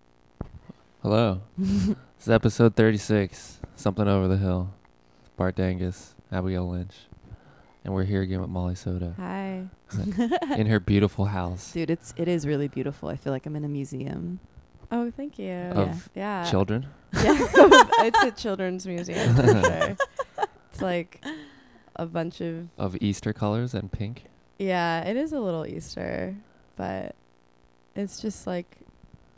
Hello. this is episode 36, Something Over the Hill. Bart Dangus, Abigail Lynch. And we're here again with Molly Soda Hi, in her beautiful house Dude, it's it is really beautiful. I feel like I'm in a museum. Oh, thank you. of Uh, yeah. children. yeah. it's a children's museum for sure. It's like a bunch of Of Easter colors and pink. yeah, it is a little Easter, but it's just like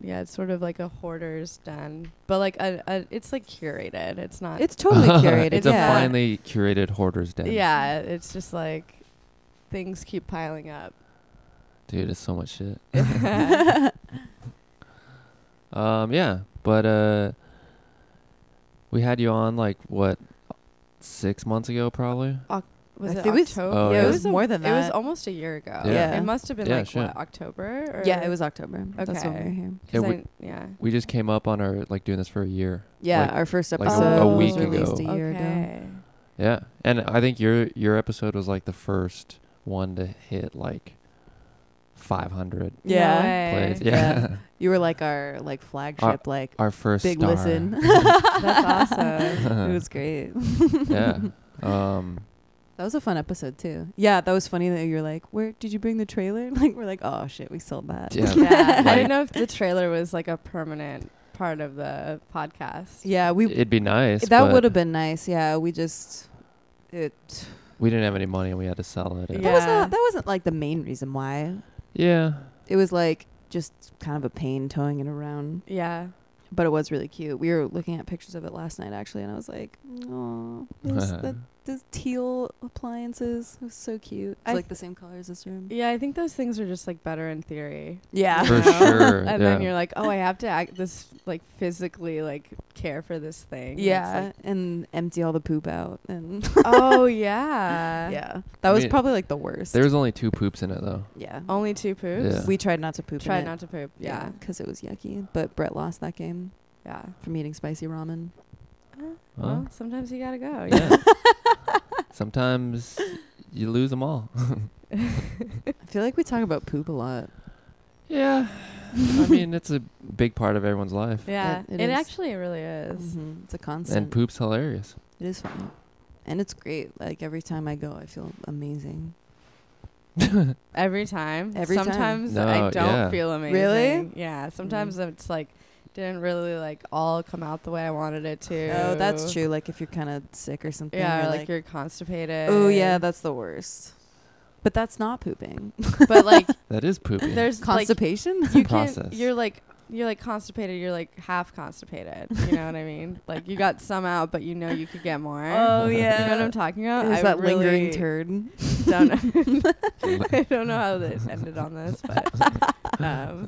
yeah, it's sort of like a hoarder's den. But like a, a it's like curated. It's not It's totally curated. it's yeah. a finely curated hoarder's den. Yeah, it's just like things keep piling up. Dude, it's so much shit. Mm-hmm. Um, yeah, but uh, we had you on like what six months ago, probably. Was I it think it was- October? Oh, Yeah, it yeah. was a- more than It was that. almost a year ago. Yeah. Yeah. It must have been Yeah, like sure. what, October? Or yeah, it was October. That's when we Okay. were here. 'cause Yeah, I- we- yeah. We just came up on our like doing this for a year. Yeah, Like- our first like a- Oh, episode a week was released ago. a year ago. okay. Yeah, and I think your your episode was like the first one to hit like 500 Yeah. plays. No way. Yeah, Eh, Yeah. You were like our like flagship, like our first big star. listen. That's awesome. it was great. yeah. Um, That was a fun episode too. Yeah, that was funny that you were like, "Where did you bring the trailer?" Like we're like, "Oh shit, we sold that." Yeah. Yeah. I Like- didn't know if the trailer was like a permanent part of the podcast. Yeah, we it'd be nice. that but would have been nice. Yeah, we just it We didn't have any money, and we had to sell it. and- That, was Yeah. not, that wasn't like the main reason why. yeah. It was like just kind of a pain towing it around, Yeah. but it was really cute. We were looking at pictures of it last night actually, and I was like, "Oh, those, the, those teal appliances it was so cute. It's I like th- the same color as this room." Yeah, I think those things are just like better in theory. Yeah. you For know? sure, and yeah. then you're like, oh, I have to act this like physically like care for this thing. Yeah, It's and empty all the poop out, and like, oh yeah. yeah, that I was mean, probably like the worst. There was only two poops in it though. yeah, Only two poops. Yeah. we tried not to poop. in Try it. not to poop. yeah, Yeah. because it was yucky. But Brett lost that game Yeah. from eating spicy ramen. Well, sometimes you gotta go. Yeah. Yeah. Sometimes you lose them all. I feel like we talk about poop a lot. Yeah. I mean, it's a big part of everyone's life. Yeah. It- it It, is. actually really is. Mhm, It's a constant. And poop's hilarious. It is funny, and it's great. Like every time I go, I feel amazing. Every time. Every time. sometimes No, I don't yeah. feel amazing. Really? Mm-hmm. Yeah. Sometimes it's like didn't really like all come out the way I wanted it to. Oh, that's true. Like if you're kind of sick or something. Yeah, you're or like, you're constipated. Oh yeah, that's the worst. But that's not pooping. but like That is pooping. there's like Constipation. it's a you process. can you're like you're like constipated, you're like half constipated. You know what I mean? Like you got some out but you know you could get more. Oh, You know what yeah. I'm talking about? There's I that lingering really turd. Don't I don't know how this ended on this, but um,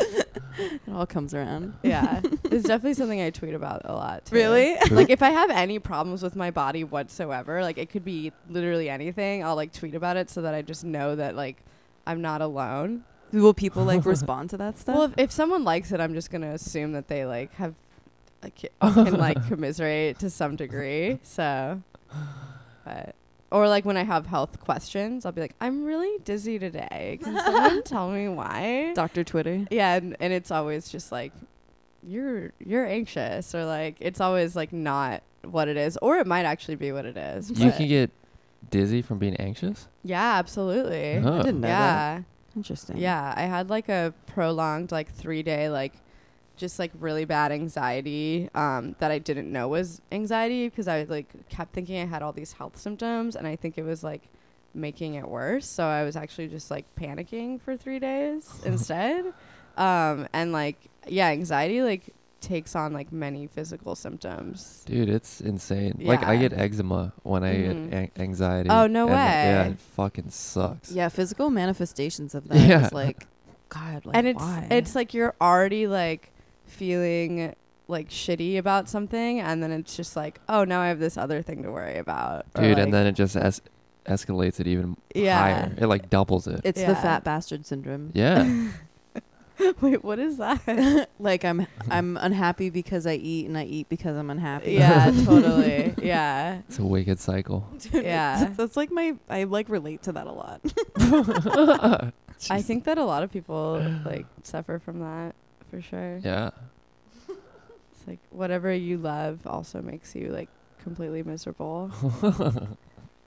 It all comes around. yeah, it's definitely something I tweet about a lot. too. Poop. Like if I have any problems with my body whatsoever, like it could be literally anything, I'll like tweet about it so that I just know that like I'm not alone. Will people like respond to that stuff? Well, if, if someone likes it, I'm just gonna assume that they like have like can like commiserate to some degree. So, but or like when I have health questions, I'll be like, I'm really dizzy today. Can someone tell me why? Doctor Twitter. Yeah, and, and it's always just like you're you're anxious or like it's always like not what it is or it might actually be what it is. you but- can get dizzy from being anxious. Yeah, absolutely. Huh. I didn't know that. Yeah. Interesting. Yeah, I had like a prolonged like 3-day like just like really bad anxiety um that I didn't know was anxiety because I like kept thinking I had all these health symptoms and I think it was like making it worse. So I was actually just like panicking for 3 days instead. Um and like yeah, anxiety like takes on like many physical symptoms. Dude, it's insane. Like I Yeah. get eczema when I Mhm. get an- anxiety. Oh, no and, like, yeah, way. it fucking sucks. Yeah, physical manifestations of that Yeah. is like, God, like and it's why? it's like you're already like feeling like shitty about something and then it's just like oh now i have this other thing to worry about Or, Dude, like- and then it just es- escalates it even Yeah. higher. It like doubles it. it's the yeah. fat bastard syndrome. yeah. wait what is that Like I'm I'm unhappy because I eat and I eat because I'm unhappy. yeah totally yeah It's a wicked cycle. Yeah. That's like my I like relate to that a lot. i think that a lot of people like suffer from that for sure Yeah. It's like whatever you love also makes you like completely miserable.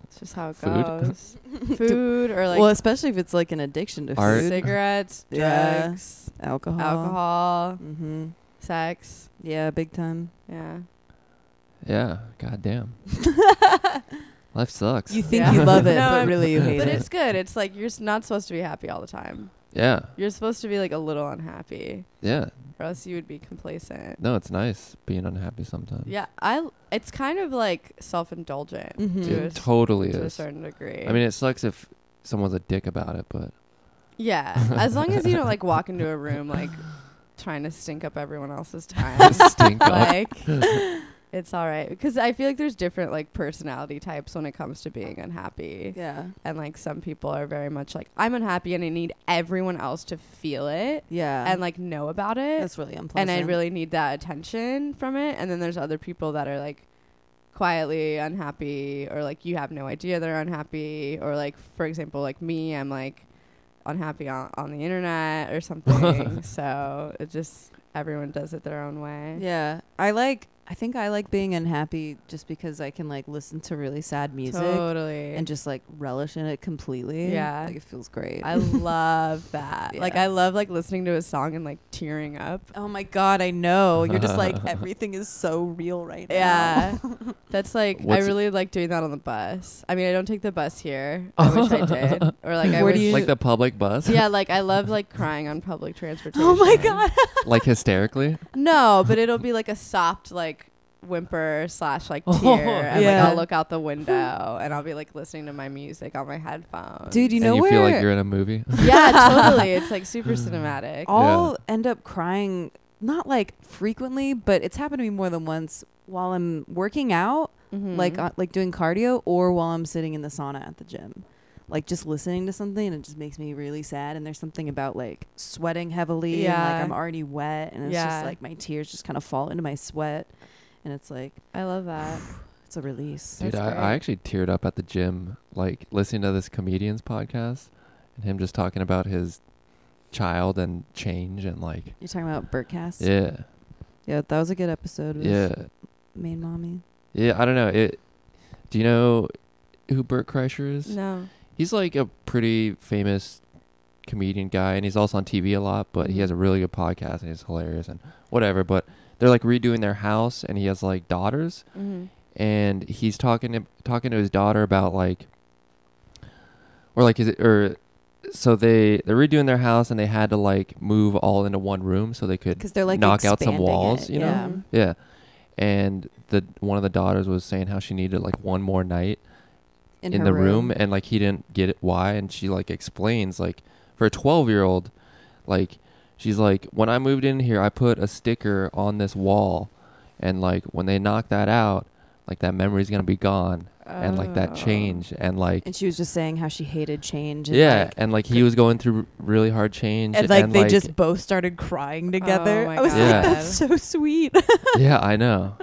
it's just how it Food? goes. Food or like well, especially if it's like an addiction to Art. food, cigarettes, Yeah. Uh-huh. drugs, alcohol. alcohol, Mm-hmm. sex. Yeah, big time. Yeah. yeah. God damn. Life sucks. You think Yeah. you love it, No, but I'm- really you hate But it. it's good. It's like you're s- not supposed to be happy all the time. yeah. You're supposed to be like a little unhappy, Yeah. or else you would be complacent. No, it's nice being unhappy sometimes. Yeah, I. It's kind of like self-indulgent Mhm. to, a, It s- totally to a is. certain degree. I mean, it sucks if someone's a dick about it, but yeah. as long as you don't like walk into a room like trying to stink up everyone else's time, stink up. like it's all right. Because I feel like there's different like personality types when it comes to being unhappy. yeah. and like some people are very much like i'm unhappy and i need everyone else to feel it Yeah. and like know about it that's really unpleasant. and i really need that attention from it and then there's other people that are like quietly unhappy or like you have no idea they're unhappy or like for example like me i'm like unhappy on, on the internet or something so it just everyone does it their own way Yeah. I like I think I like being unhappy just because I can like listen to really sad music totally and just like relish in it completely. Yeah. Like it feels great. i love that like Yeah. i love like listening to a song and like tearing up oh my god, I know. You're just like everything is so real right now. Yeah. That's like What's- I really like doing that on the bus. I mean, I don't take the bus here. I wish I did. Or like I Where wish, do you- like the public bus, Yeah, like I love like crying on public transportation. Oh my god. like hysterically. No, but it'll be like a soft like whimper slash like tear, Oh, and yeah. like I'll look out the window and I'll be like listening to my music on my headphones. Dude, you know and you feel like where- you're in a movie. yeah, totally. It's like super Mm. cinematic. I'll end up crying not like frequently, but it's happened to me more than once while I'm working out, Mhm. like uh, like doing cardio or while I'm sitting in the sauna at the gym. Like just listening to something and it just makes me really sad and there's something about like sweating heavily and Yeah. like I'm already wet and it's Yeah. just like my tears just kind of fall into my sweat and it's like I love that. it's a release. Dude, That's I, I great. actually teared up at the gym, like listening to this comedian's podcast and him just talking about his child and change and like, You're talking about Burtcast? yeah, Yeah, that was a good episode with yeah, Main Mommy. yeah. I don't know. It. Do you know who Bert Kreischer is? No. He's like a pretty famous comedian guy, and he's also on TV a lot. But Mm-hmm. he Mhm. has a really good podcast, and he's hilarious and whatever. But they're like redoing their house, and he has like daughters, Mm-hmm. and he's talking to, talking to his daughter about like or like is it or so they they're redoing their house and they had to like move all into one room so they could Because they're like Knock out some expanding walls, it, you know? yeah. yeah and the one of the daughters was saying how she needed like one more night in, her the room. and like he didn't get it why and she like explains like for a 12 year old like she's like when i moved in here i put a sticker on this wall and like when they knock that out like that memory's gonna be gone and like Oh. that change and like Oh. And she was just saying how she hated change. And yeah like, and like he was going through really hard change and like they just both started crying Oh together. my I was Yeah. like, that's so sweet. yeah i know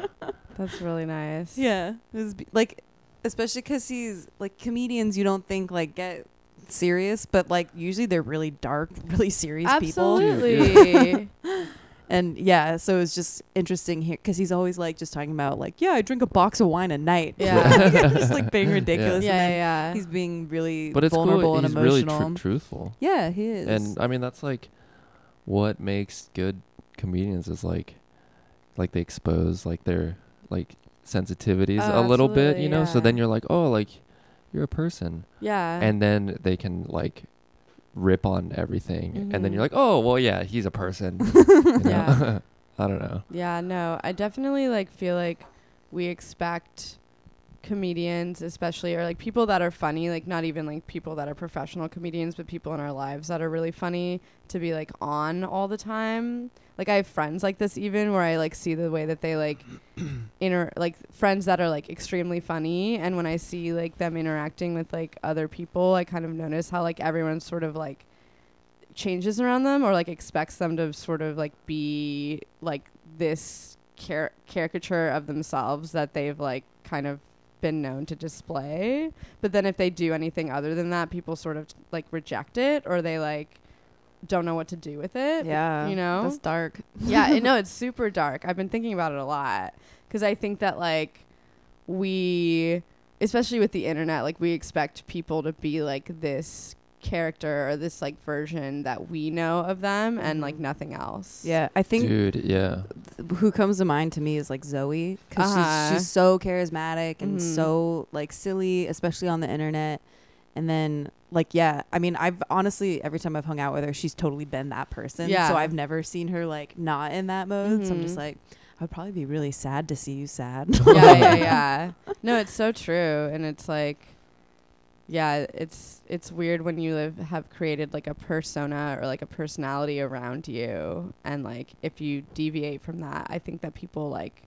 That's really nice. yeah, it was be- like, especially because he's like comedians. You don't think like get serious, but like usually they're really dark, really serious people. Absolutely. And yeah, so it's just interesting here because he's always like just talking about like, yeah, I drink a box of wine a night. Yeah. just like being yeah, ridiculous. yeah, and then yeah. He's being really but it's vulnerable cool and he's really emotional. tru- truthful yeah, he is. and i mean that's like what makes good comedians is like like they expose like their like sensitivities Oh, a little bit you absolutely, know so yeah. then you're like oh like you're a person yeah. and then they can like rip on everything and then Mm-hmm. Mhm. you're like oh well yeah he's a person you know? Yeah. i don't know Yeah, no, I definitely like feel like we expect comedians, especially or like people that are funny, like not even like people that are professional comedians, but people in our lives that are really funny to be like on all the time. Like I have friends like this even where I like see the way that they like inter like friends that are like extremely funny and when I see like them interacting with like other people, I kind of notice how like everyone's sort of like changes around them or like expects them to sort of like be like this car- caricature of themselves that they've like kind of been known to display but then if they do anything other than that people sort of like reject it or they like don't know what to do with it. yeah. you know? That's dark. yeah, I know it's super dark. I've been thinking about it a lot because I think that like we, especially with the internet, like we expect people to be like this character or this like version that we know of them and like Mhm. nothing else. Yeah. I think Dude, yeah. who comes to mind to me is like Zoe because Uh-huh. she's, she's so charismatic and Mhm. so like silly, especially on the internet. And then like yeah, I mean I've honestly every time I've hung out with her, she's totally been that person. Yeah. So I've never seen her like not in that mode. So I'm just Mhm. like, I would probably be really sad to see you sad. yeah, yeah, yeah. No, it's so true, and it's like, yeah, it's it's weird when you live have created like a persona or like a personality around you, and like if you deviate from that, I think that people like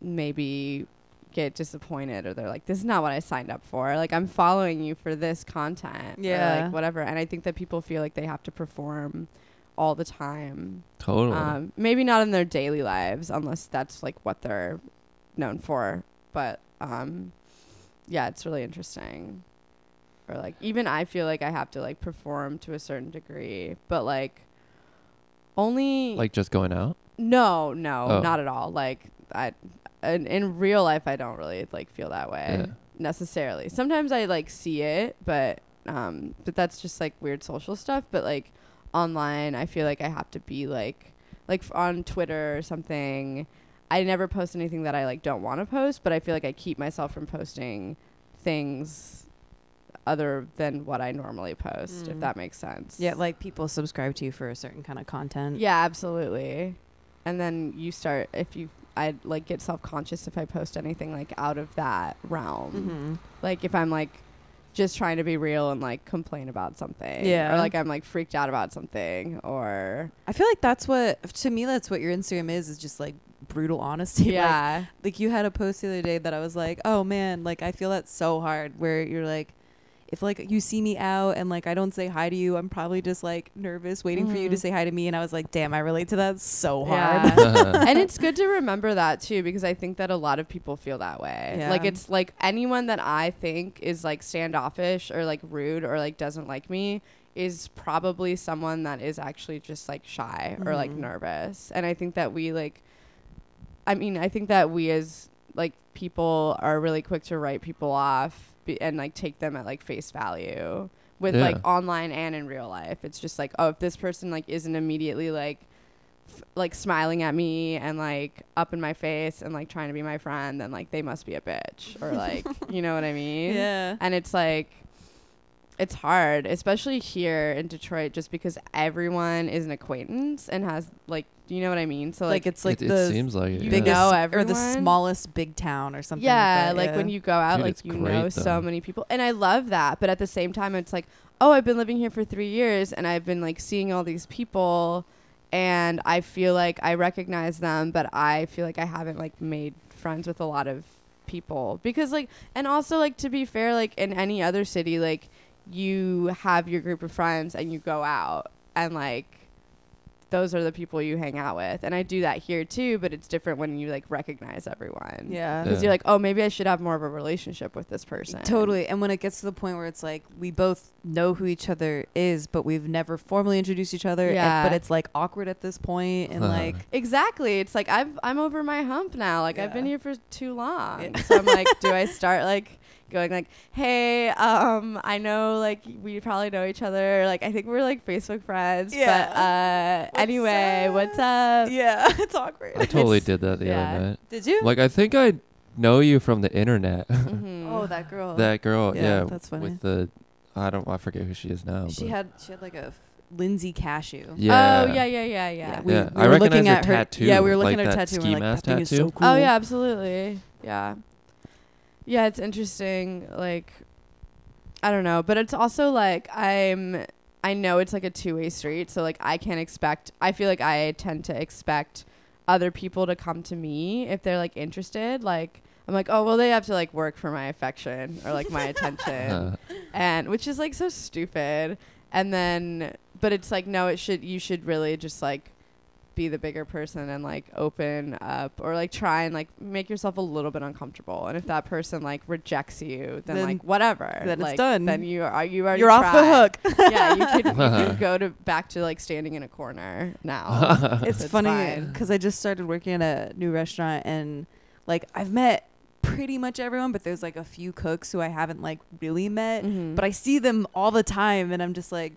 maybe get disappointed or they're like, this is not what I signed up for. Like I'm following you for this content, or, Yeah. like whatever. And I think that people feel like they have to perform all the time Totally. um, maybe not in their daily lives, unless that's like what they're known for. But um, yeah, it's really interesting. Or like even I feel like I have to like perform to a certain degree, but like only like just going out? no, no, Oh. not at all. Like I, in, in real life, I don't really like feel that way Yeah. necessarily. Sometimes I like see it, but um, but that's just like weird social stuff. But like online, I feel like I have to be like like f- on Twitter or something. I never post anything that I like don't want to post, but I feel like I keep myself from posting things other than what I normally post. If Mm. that makes sense. yeah, like people subscribe to you for a certain kind of content. Yeah, absolutely. And then you start if you I like get self conscious if I post anything like out of that realm. Mhm. Like if I'm like just trying to be real and like complain about something. Yeah. Or like I'm like freaked out about something or I feel like that's what to me that's what your Instagram is is just like brutal honesty. Like, yeah. like you had a post the other day that I was like, oh man, like I feel that so hard. Where you're like, if like you see me out and like I don't say hi to you, I'm probably just like nervous, waiting for you to Mhm. say hi to me. And I was like, damn, I relate to that so hard. Yeah. and it's good to remember that too because I think that a lot of people feel that way. Yeah. Like it's like anyone that I think is like standoffish or like rude or like doesn't like me is probably someone that is actually just like shy or like Mhm. nervous. And I think that we like I mean, I think that we as like people are really quick to write people off be- and like take them at like face value with Yeah. like online and in real life. It's just like, oh, if this person like isn't immediately like f- like smiling at me and like up in my face and like trying to be my friend, then like they must be a bitch or like you know what I mean? Yeah. And it's like it's hard, especially here in Detroit, just because everyone is an acquaintance and has like you know what I mean. So like, Like, it's like it, it the seems like it. you yeah. biggest know or the everyone. smallest big town or something. yeah, like, that. like Yeah. when you go out, Dude, like it's you great, know though. so many people, and I love that. But at the same time, it's like, oh, I've been living here for three years, and I've been like seeing all these people, and I feel like I recognize them, but I feel like I haven't like made friends with a lot of people because like, and also like to be fair, like in any other city, like you have your group of friends and you go out and like those are the people you hang out with and i do that here too but it's different when you like recognize everyone yeah. Yeah. because you're like, oh, maybe I should have more of a relationship with this person. Totally. And when it gets to the point where it's like we both know who each other is, but we've never formally introduced each other. and- Yeah. but it's like awkward at this point and like Exactly. It's like I've I'm over my hump now. Like I've Yeah. been here for too long. So I'm like, do I start like going like, hey, um, I know like we probably know each other. Like I think we're like Facebook friends. Yeah. But uh, What's anyway, up? what's up? Yeah, it's awkward. I totally did that the yeah. other night. Did you? Like I think I know you from the internet. Mhm. Oh, that girl. that girl, yeah, yeah, that's funny. with the I don't I forget who she is now. she but- had she had like a f- Lindsay Cashew. yeah. Oh yeah, yeah, yeah, yeah. we- Yeah, we I were recognize looking her at her- tattoo, Yeah, we were like looking at her that tattoo. and ski we're like, mask that thing is so tattoo. cool. Oh yeah, absolutely. Yeah. Yeah, it's interesting like I don't know, but it's also like I'm I know it's like a two-way street, so like I can't expect I feel like I tend to expect other people to come to me if they're like interested, like I'm like, "Oh, well they have to like work for my affection or like my attention." Uh, and which is like so stupid and then but it's like no it should you should really just like be the bigger person and like open up or like try and like make yourself a little bit uncomfortable. And if that person like rejects you, then, Then- like whatever. then it's Like, done. Then you are you are You're off the hook. yeah, you could, you could go to back to like standing in a corner now. Oh, it's funny because I just started working at a new restaurant and like I've met pretty much everyone, but there's like a few cooks who I haven't like really Mm-hmm. met, Mm-hmm. but I see them all the time and I'm just like,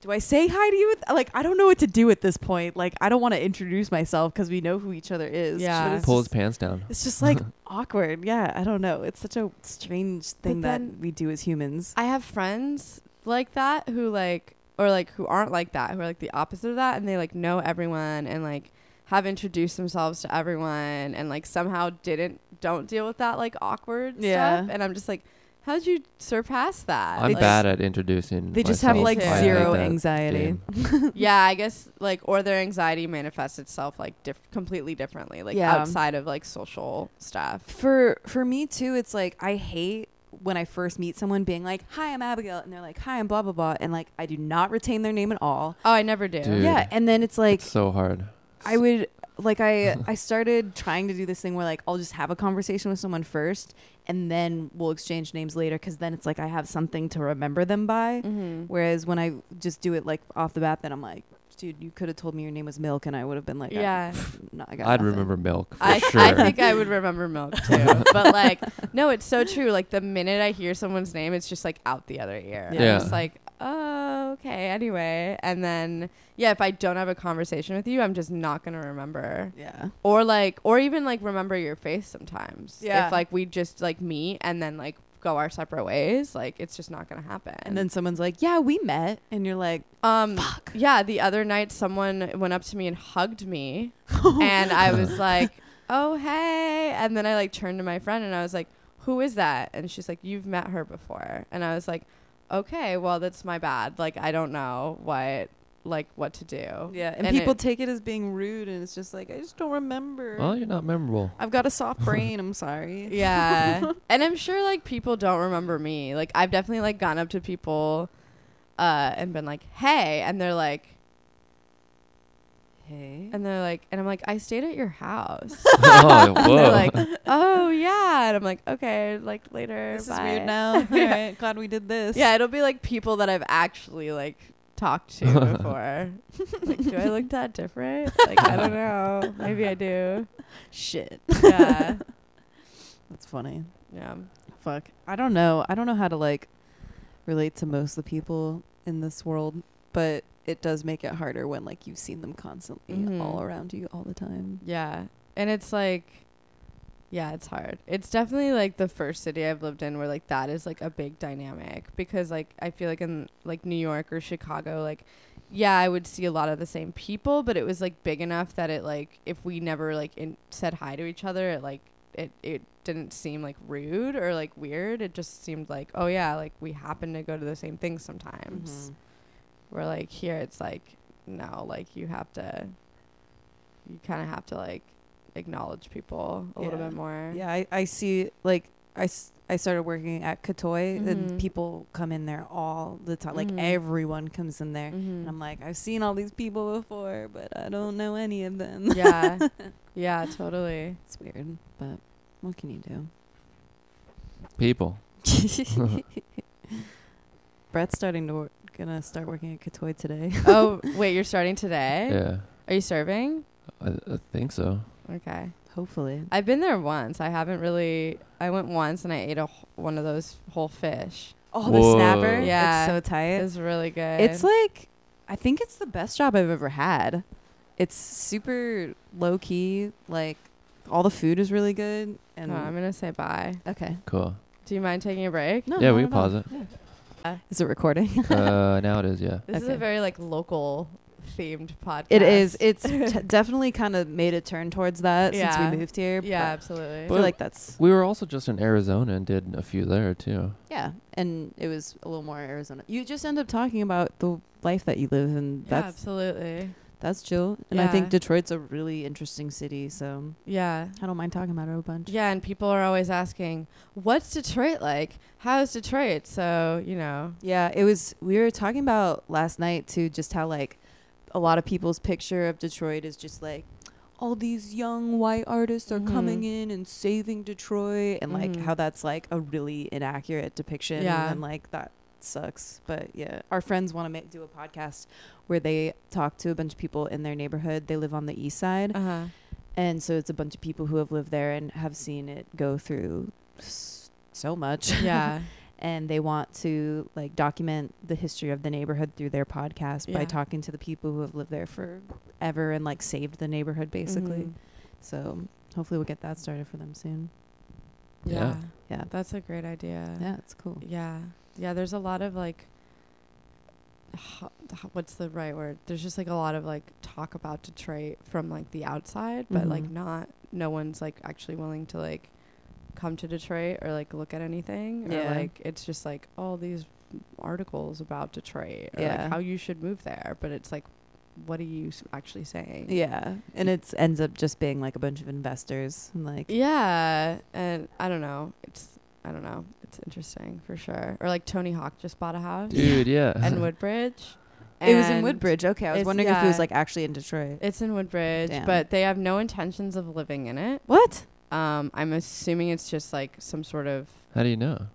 do I say hi to you? Like I don't know what to do at this point. Like I don't want to introduce myself because we know who each other is. Yeah. but it's Pull his just- pants down. It's just like awkward. Yeah, I don't know. It's such a strange thing then- that we do as humans. I have friends like that who like or like who aren't like that, who are like the opposite of that and they like know everyone and like have introduced themselves to everyone and like somehow didn't don't deal with that like awkward Yeah. stuff. And I'm just like, how'd you surpass that? I'm Like, bad at introducing. They just have Mm, myself. like too. I hate zero that anxiety. game. yeah, I guess like or their anxiety manifests itself like diff- completely differently, like Yeah. outside of like social stuff. for for me too it's like i hate when i first meet someone being like hi i'm abigail and they're like hi i'm blah blah blah and like i do not retain their name at all Oh, I never do. Dude. yeah and then it's like It's so hard. i would like i i started trying to do this thing where like i'll just have a conversation with someone first and then we'll exchange names later because then it's like i have something to remember them by Mm-hmm. whereas when i just do it like off the bat then i'm like dude you could have told me your name was milk and i would have been like I- Yeah. no, I got I'd nothing." remember milk for I, sure. I think I would remember milk too. but like, no, it's so true. Like the minute I hear someone's name, it's just like out the other ear. Yeah. Yeah. It's like, oh, okay, anyway. And then, yeah, if I don't have a conversation with you, I'm just not going to remember. yeah Or like, or even like remember your face sometimes. Yeah. If like we just like meet and then like go our separate ways, like it's just not going to happen. and then someone's like yeah we met and you're like Um, Yeah, the other night someone went up to me and hugged me, and I was like, "Oh hey!" And then I like turned to my friend and I was like, "Who is that?" And she's like, "You've met her before." And I was like, "Okay, well that's my bad. Like I don't know what like what to do." Yeah, and, And people it- take it as being rude, and it's just like I just don't remember. well, you're not memorable. I've got a soft brain. I'm sorry. Yeah. and I'm sure like people don't remember me. Like I've definitely like gone up to people, uh, and been like, "Hey," and they're like. Hey. And they're like, and I'm like, I stayed at your house. oh, And whoa. they're like, oh yeah, and I'm like, okay, like later. This bye." is weird now. All right, glad we did this. Yeah, it'll be like people that I've actually like talked to before. like, do I look that different? Like, I don't know. Maybe I do. Shit. Yeah, That's funny. yeah. Fuck. I don't know. I don't know how to like relate to most of the people in this world, but it does make it harder when like you've seen them constantly Mhm. all around you all the time. Yeah. And it's like yeah, it's hard. It's definitely like the first city I've lived in where like that is like a big dynamic because like I feel like in like New York or Chicago like yeah, I would see a lot of the same people, but it was like big enough that it like if we never like in- said hi to each other, it like it it didn't seem like rude or like weird. It just seemed like, oh yeah, like we happen to go to the same things sometimes. Mm-hmm. Where like here it's like no, like you have to you kind of have to like acknowledge people a little Yeah. bit more. Yeah, I, I see. Like I, s- I started working at Katoy, Mhm. and people come in there all the time. Like Mhm. everyone comes in there. And I'm Mhm. like, I've seen all these people before, but I don't know any of them. yeah. Yeah, totally. It's weird, but what can you People. do? Brett's starting to work, gonna start working at Katoy today. Oh, wait, you're starting today? Yeah, Are you serving? I, I think so. Okay. Hopefully, I've been there once. I haven't really I went once and I ate a wh- one of those whole fish. oh, the Whoa. snapper? Yeah. it's so tight. It was really good. It's like I think it's the best job I've ever had. It's super low key. Like all the food is really good. Oh, And I'm going to say bye. okay, Cool. Do you mind taking a break? no, yeah, not we at can pause all. it. Is it recording? Uh, now it is. Yeah. This is a Okay. very like local themed podcast. It is. It's t- definitely kind of made a turn towards that Yeah. since we moved here. yeah, but absolutely. I feel like that's We were also just in Arizona and did a few there too. yeah, and it was a little more Arizona. You just end up talking about the life that you live, and yeah, that's absolutely. that's chill. And I Yeah. think Detroit's a really interesting city, so Yeah. I don't mind talking about it a bunch. Yeah, and people are always asking, "What's Detroit like? How's Detroit?" So you know, Yeah, it was. We were talking about last night too, just how like a lot of people's picture of Detroit is just like all these young white artists are Mhm. coming in and saving Detroit and like Mhm. how that's like a really inaccurate depiction Yeah. and like that sucks but yeah our friends want to make do a podcast where they talk to a bunch of people in their neighborhood they live on the east side Uh-huh. and so it's a bunch of people who have lived there and have seen it go through s- so much Yeah. and they want to like document the history of the neighborhood through their podcast by Yeah. talking to the people who have lived there forever and like saved the neighborhood basically Mhm. so hopefully we'll get that started for them soon Yeah. Mm-hmm. Yeah. Yeah. That's a great idea. yeah it's cool Yeah. Yeah, there's a lot of like ho- ho- what's the right word? There's just like a lot of like talk about Detroit from like the outside, but like Mhm. not no one's like actually willing to like come to Detroit or like look at anything Yeah. or like it's just like all these articles about Detroit or Yeah. like how you should move there, but it's like what are you s- actually saying? yeah and it ends up just being like a bunch of investors and like Yeah, and I don't know. It's I don't know. It's interesting for sure. Or like Tony Hawk just bought a house dude. Yeah. in Woodbridge. it was in And woodbridge okay i was it's- wondering if it was yeah. like actually in detroit It's in Woodbridge, Damn. but they have no intentions of living in it. what Um, I'm assuming it's just like some sort of How do you know?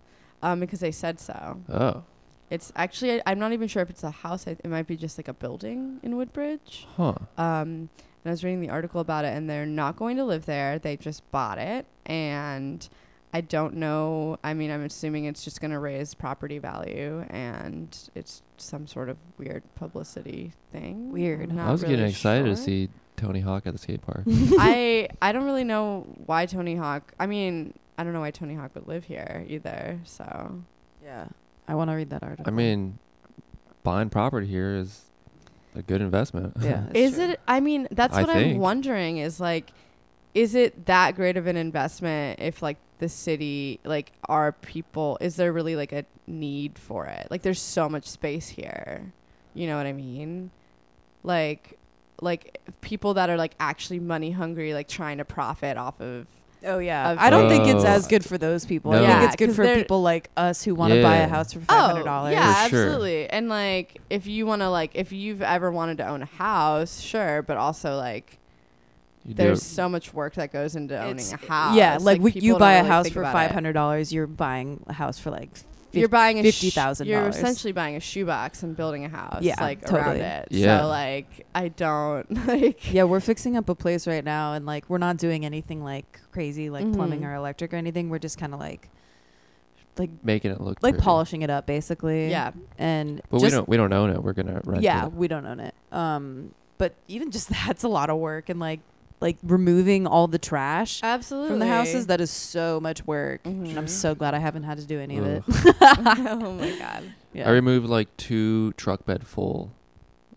um because they said so. Oh, It's actually I, I'm not even sure if it's a house. I, it might be just like a building in Woodbridge. huh. Um, and I was reading the article about it, and they're not going to live there. They just bought it, and I don't know. I mean, I'm assuming it's just going to raise property value, and it's some sort of weird publicity thing. Weird. I'm not I was getting really excited to sure. see Tony Hawk at the skate park. I I don't really know why Tony Hawk. I mean, I don't know why Tony Hawk would live here either. So yeah i want to read that article I mean, buying property here is a good investment. yeah that's is true. it? I mean, that's I what I'm think. wondering. Is like, is it that great of an investment if like the city, like our people, is there really like a need for it? Like, there's so much space here. You know what I mean? Like, like people that are like actually money hungry, like trying to profit off of Oh yeah, of I don't think it's Oh. as good for those people. I No. think Yeah, it's good 'cause for they're- people like us who want to buy Yeah. a house for five hundred dollars. Oh, yeah, For sure. absolutely. And like, if you want to, like, if you've ever wanted to own a house, sure, but also like, You do there's it- so much work that goes into It's- owning a house. Yeah, like, we, people you don't buy a really house think for about it. five hundred dollars, you're buying a house for like You're buying a sh- $50,000. You're essentially buying a shoebox and building a house. Yeah, like around totally. it. Yeah. So like, I don't like. yeah. We're fixing up a place right now, and like we're not doing anything like crazy, like plumbing Mhm. or electric or anything. We're just kind of like, like, making it look like pretty. polishing it up, basically. Yeah, and But we just, don't we don't own it. We're gonna rent yeah, it. we don't own it. Um, but even just that's a lot of work, and like like removing all the trash. absolutely. From the houses, that is so much work, and I'm Mhm. so glad I haven't had to do any of it. oh my god, Yeah. I removed like two truck bed full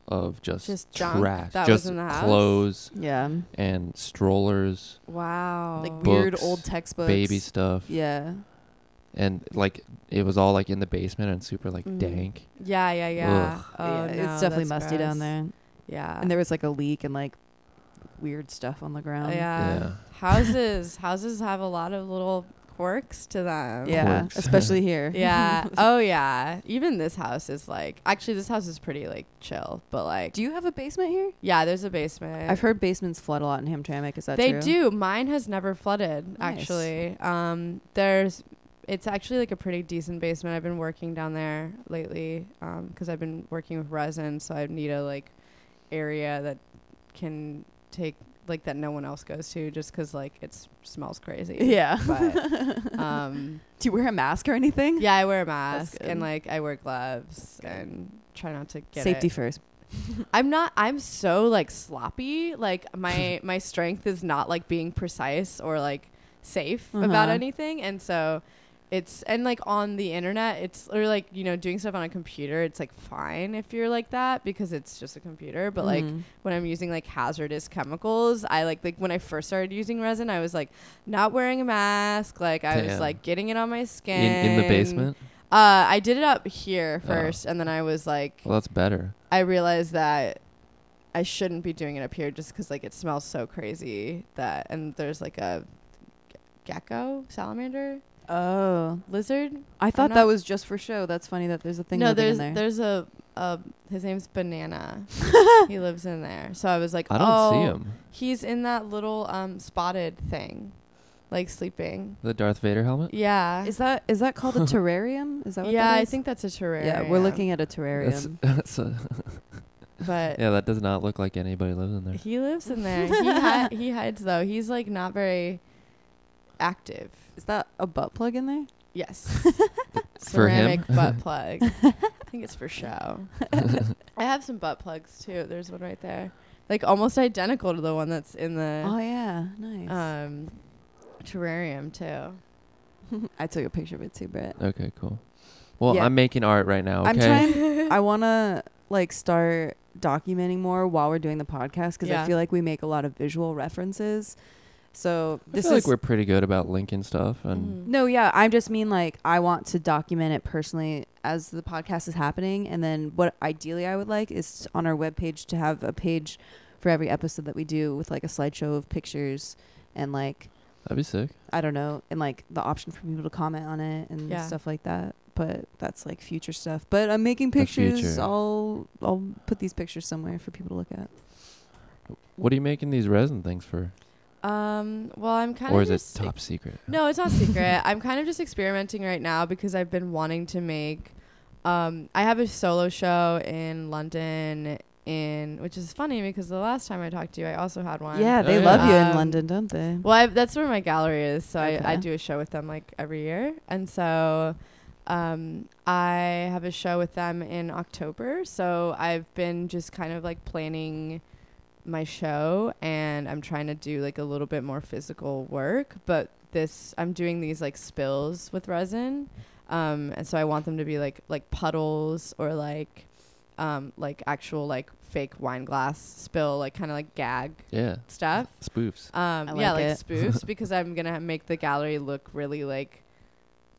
of just, Just junk trash, that was just in the house? clothes yeah, and strollers, wow. like weird Books, old textbooks, baby stuff, Yeah, and like it was all like in the basement and super like Mm-hmm. Mhm. dank. yeah, yeah, yeah. Ugh. Oh, Yeah, no, it's definitely that's musty down gross. there. Yeah, And there was like a leak and like weird stuff on the ground. yeah. yeah. houses houses have a lot of little quirks to them Yeah, Quirks. especially here. yeah oh yeah even this house is like actually this house is pretty like chill but like Do you have a basement here? yeah there's a basement I've heard basements flood a lot in Hamtramck. Is that they true? do mine has never flooded Nice. actually um there's it's actually like a pretty decent basement i've been working down there lately um because i've been working with resin so i need a like area that can take like that no one else goes to just because like it s- smells crazy Yeah. But, um do you wear a mask or anything? Yeah, I wear a mask good. and like I wear gloves good. and try not to get Safety It. first. I'm not. I'm so like sloppy. Like my my strength is not like being precise or like safe about Uh-huh. anything, and so. It's and like on the internet, it's or like you know doing stuff on a computer. It's like fine if you're like that because it's just a computer. But Mm-hmm. like Mhm. when I'm using like hazardous chemicals, I like like when I first started using resin, I was like not wearing a mask. Like I was Damn. like getting it on my In, skin in the basement. uh, I did it up here Oh. first, and then I was like, Well, that's better. I realized that I shouldn't be doing it up here just because like it smells so crazy that, and there's like a ge- gecko, salamander, Oh, lizard. I thought not- that was just for show. That's funny that there's a thing no, living there's in there. there's a uh, his name's Banana. he lives in there. So I was like, I don't oh, see him. He's in that little um spotted thing, like sleeping. The Darth Vader helmet. Yeah. Is that is that called a terrarium? Is that what yeah, that I is? think that's a terrarium. Yeah, we're looking at a That's- terrarium. that's a- But yeah, that does not look like anybody lives in there. he lives in there. he, hi- he hides though. He's like not very active. Is that a butt plug in there? Yes. For him? Ceramic butt plug. I think it's for show. I have some butt plugs too. There's one right there. Like almost identical to the one that's in Oh the yeah, nice. um terrarium too. I took a picture of it too, Brett. Okay, cool. Well, Yeah. I'm making art right now. Okay. I'm trying. I want to like start documenting more while we're doing the podcast because I Yeah. feel like we make a lot of visual references. So I this feel is like Mm-hmm. we're pretty good about linking stuff, and Mhm. no, yeah. I just mean like I want to document it personally as the podcast is happening, and then what ideally I would like is on our webpage to have a page for every episode that we do with like a slideshow of pictures and like that'd be sick. I don't know, and like the option for people to comment on it and Yeah. stuff like that. But that's like future stuff. But I'm making The pictures. future. I'll I'll put these pictures somewhere for people to look at. What are you making these resin things for? Um well, I'm kind of Or is it just top secret? No, it's not secret. I'm kind of just experimenting right now because I've been wanting to make. Um, I have a solo show in London, in which is funny because the last time I talked to you, I also had one. Yeah, they Oh, love you in Um, London, don't they? Well, I, that's where my gallery is, so I, Okay. I do a show with them like every year, and so um, I have a show with them in October. So I've been just kind of like planning my show, and I'm trying to do like a little bit more physical work. But this, I'm doing these like spills with resin, um, and so I want them to be like like puddles or like um, like actual like fake wine glass spill, like kind of like gag Yeah, stuff. spoofs. Um, I yeah, like like it. spoofs because I'm gonna ha- make the gallery look really like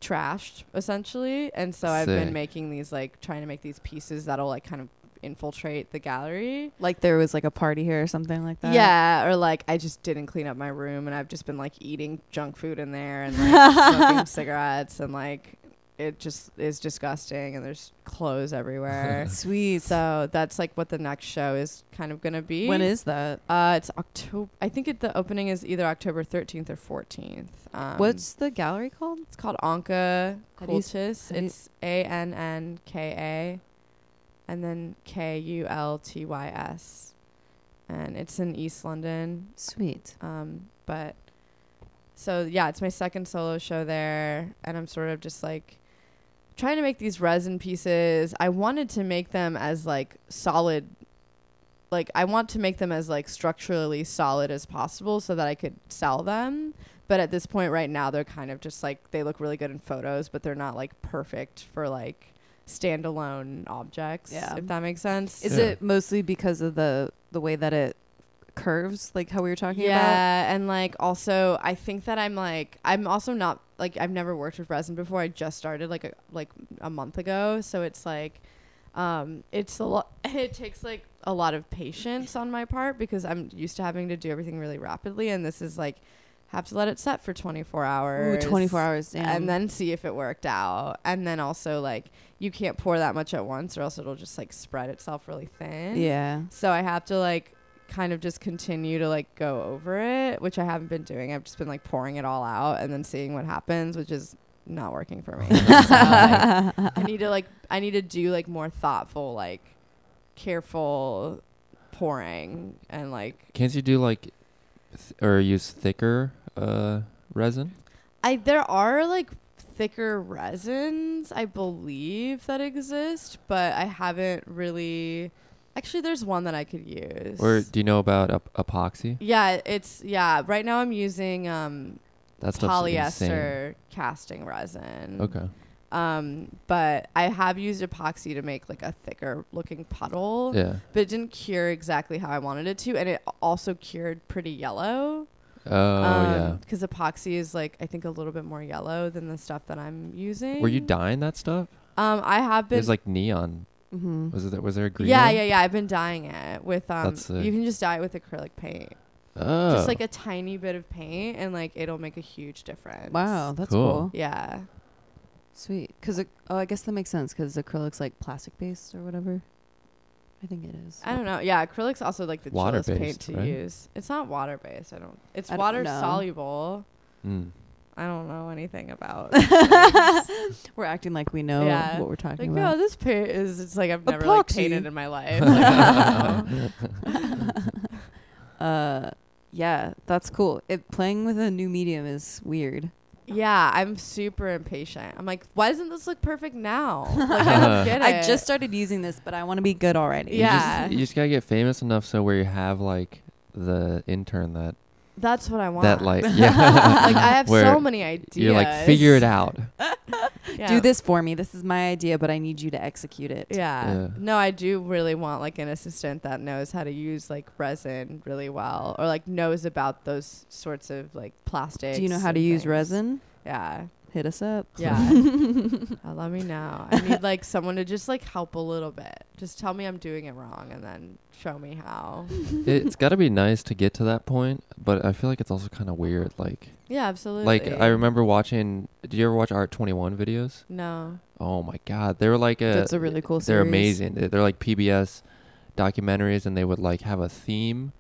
trashed essentially, and so I've Sick. been making these like trying to make these pieces that'll like kind of infiltrate the gallery. like there was like a party here or something like that. yeah, or like I just didn't clean up my room and I've just been like eating junk food in there and like smoking cigarettes and like it just is disgusting and there's clothes everywhere. Sweet. so that's like what the next show is kind of gonna be. when is that? Uh, it's October. I think it, the opening is either October 13th or 14th. Um, What's the gallery called? it's called Anka How do you s- Kultus. how do you- It's A N N K A, and then K U L T Y S, and it's in East London. Sweet. Um, but so yeah, it's my second solo show there, and I'm sort of just like trying to make these resin pieces. I wanted to make them as like solid, like I want to make them as like structurally solid as possible, so that I could sell them. But at this point, right now, they're kind of just like they look really good in photos, but they're not like perfect for like standalone objects. Yeah. if that makes sense. Is Yeah. it mostly because of the the way that it curves, like how we were talking about? yeah, and like also, I think that I'm like I'm also not like I've never worked with resin before. I just started like a like a month ago, so it's like um it's a lot. It takes like a lot of patience on my part because I'm used to having to do everything really rapidly, and this is like have to let it set for 24 Ooh, hours. 24 hours, damn. And then see if it worked out. And then also, like, you can't pour that much at once, or else it'll just, like, spread itself really thin. yeah. So I have to like kind of just continue to like go over it, which I haven't been doing. I've just been like pouring it all out and then seeing what happens, which is not working for me. So, like, I need to like I need to do like more thoughtful, like careful pouring and like Can't you do like, th- or use thicker uh resin? I there are like thicker resins I believe that exist, but I haven't really actually there's one that I could use. Or do you know about ep- epoxy? Yeah, it's yeah. Right now I'm using um That's polyester casting resin. Okay. Um, but I have used epoxy to make like a thicker looking puddle. Yeah. But it didn't cure exactly how I wanted it to, and it also cured pretty yellow. Oh yeah. Because epoxy is like I think a little bit more yellow than the stuff that I'm using. Were you dyeing that stuff? Um, I have It been. was like neon. hmm Was it? There, was there a green? yeah, one? yeah, yeah. I've been dyeing it with um. That's sick. you can just dye it with acrylic paint, Oh. just like a tiny bit of paint, and like it'll make a huge difference. Wow, that's Cool. cool. Yeah. Sweet. Because, oh, I guess that makes sense because acrylic's like plastic based or whatever. I think it is. I don't know. Yeah, acrylic's also like the chillest paint Water-based, to right? use. It's not water based. I don't. It's I don't water know. soluble. Mm. I don't know anything about. We're acting like we know Yeah. what we're talking like, no, about. this paint is. It's like I've never like Epoxy. painted in my life. Like, I don't know. uh, yeah, that's cool. It playing with a new medium is weird. yeah, I'm super impatient. I'm like, why doesn't this look perfect now? Like, I Uh-huh. don't get it. I just started using this, but I want to be good already. You just- Yeah. You just, gotta get famous enough so where you have like the intern that That's what I want. that like yeah. like I have Where so many ideas. You're like figure it out. Yeah. Do this for me. This is my idea, but I need you to execute it. Yeah. Yeah. No, I do really want like an assistant that knows how to use like resin really well or like knows about those sorts of like plastics. Do you know how to and use things. resin? Yeah. Hit us up. Yeah. Uh, let me know. I need like someone to just like help a little bit. Just tell me I'm doing it wrong and then show me how. it's gotta be nice to get to that point, but I feel like it's also kind of weird. Like Yeah, absolutely. like I remember watching. Did you ever watch Art Twenty One videos? No. Oh my god, they were like a. That's a really cool They're series. amazing. They- They're like PBS documentaries, and they would like have a theme,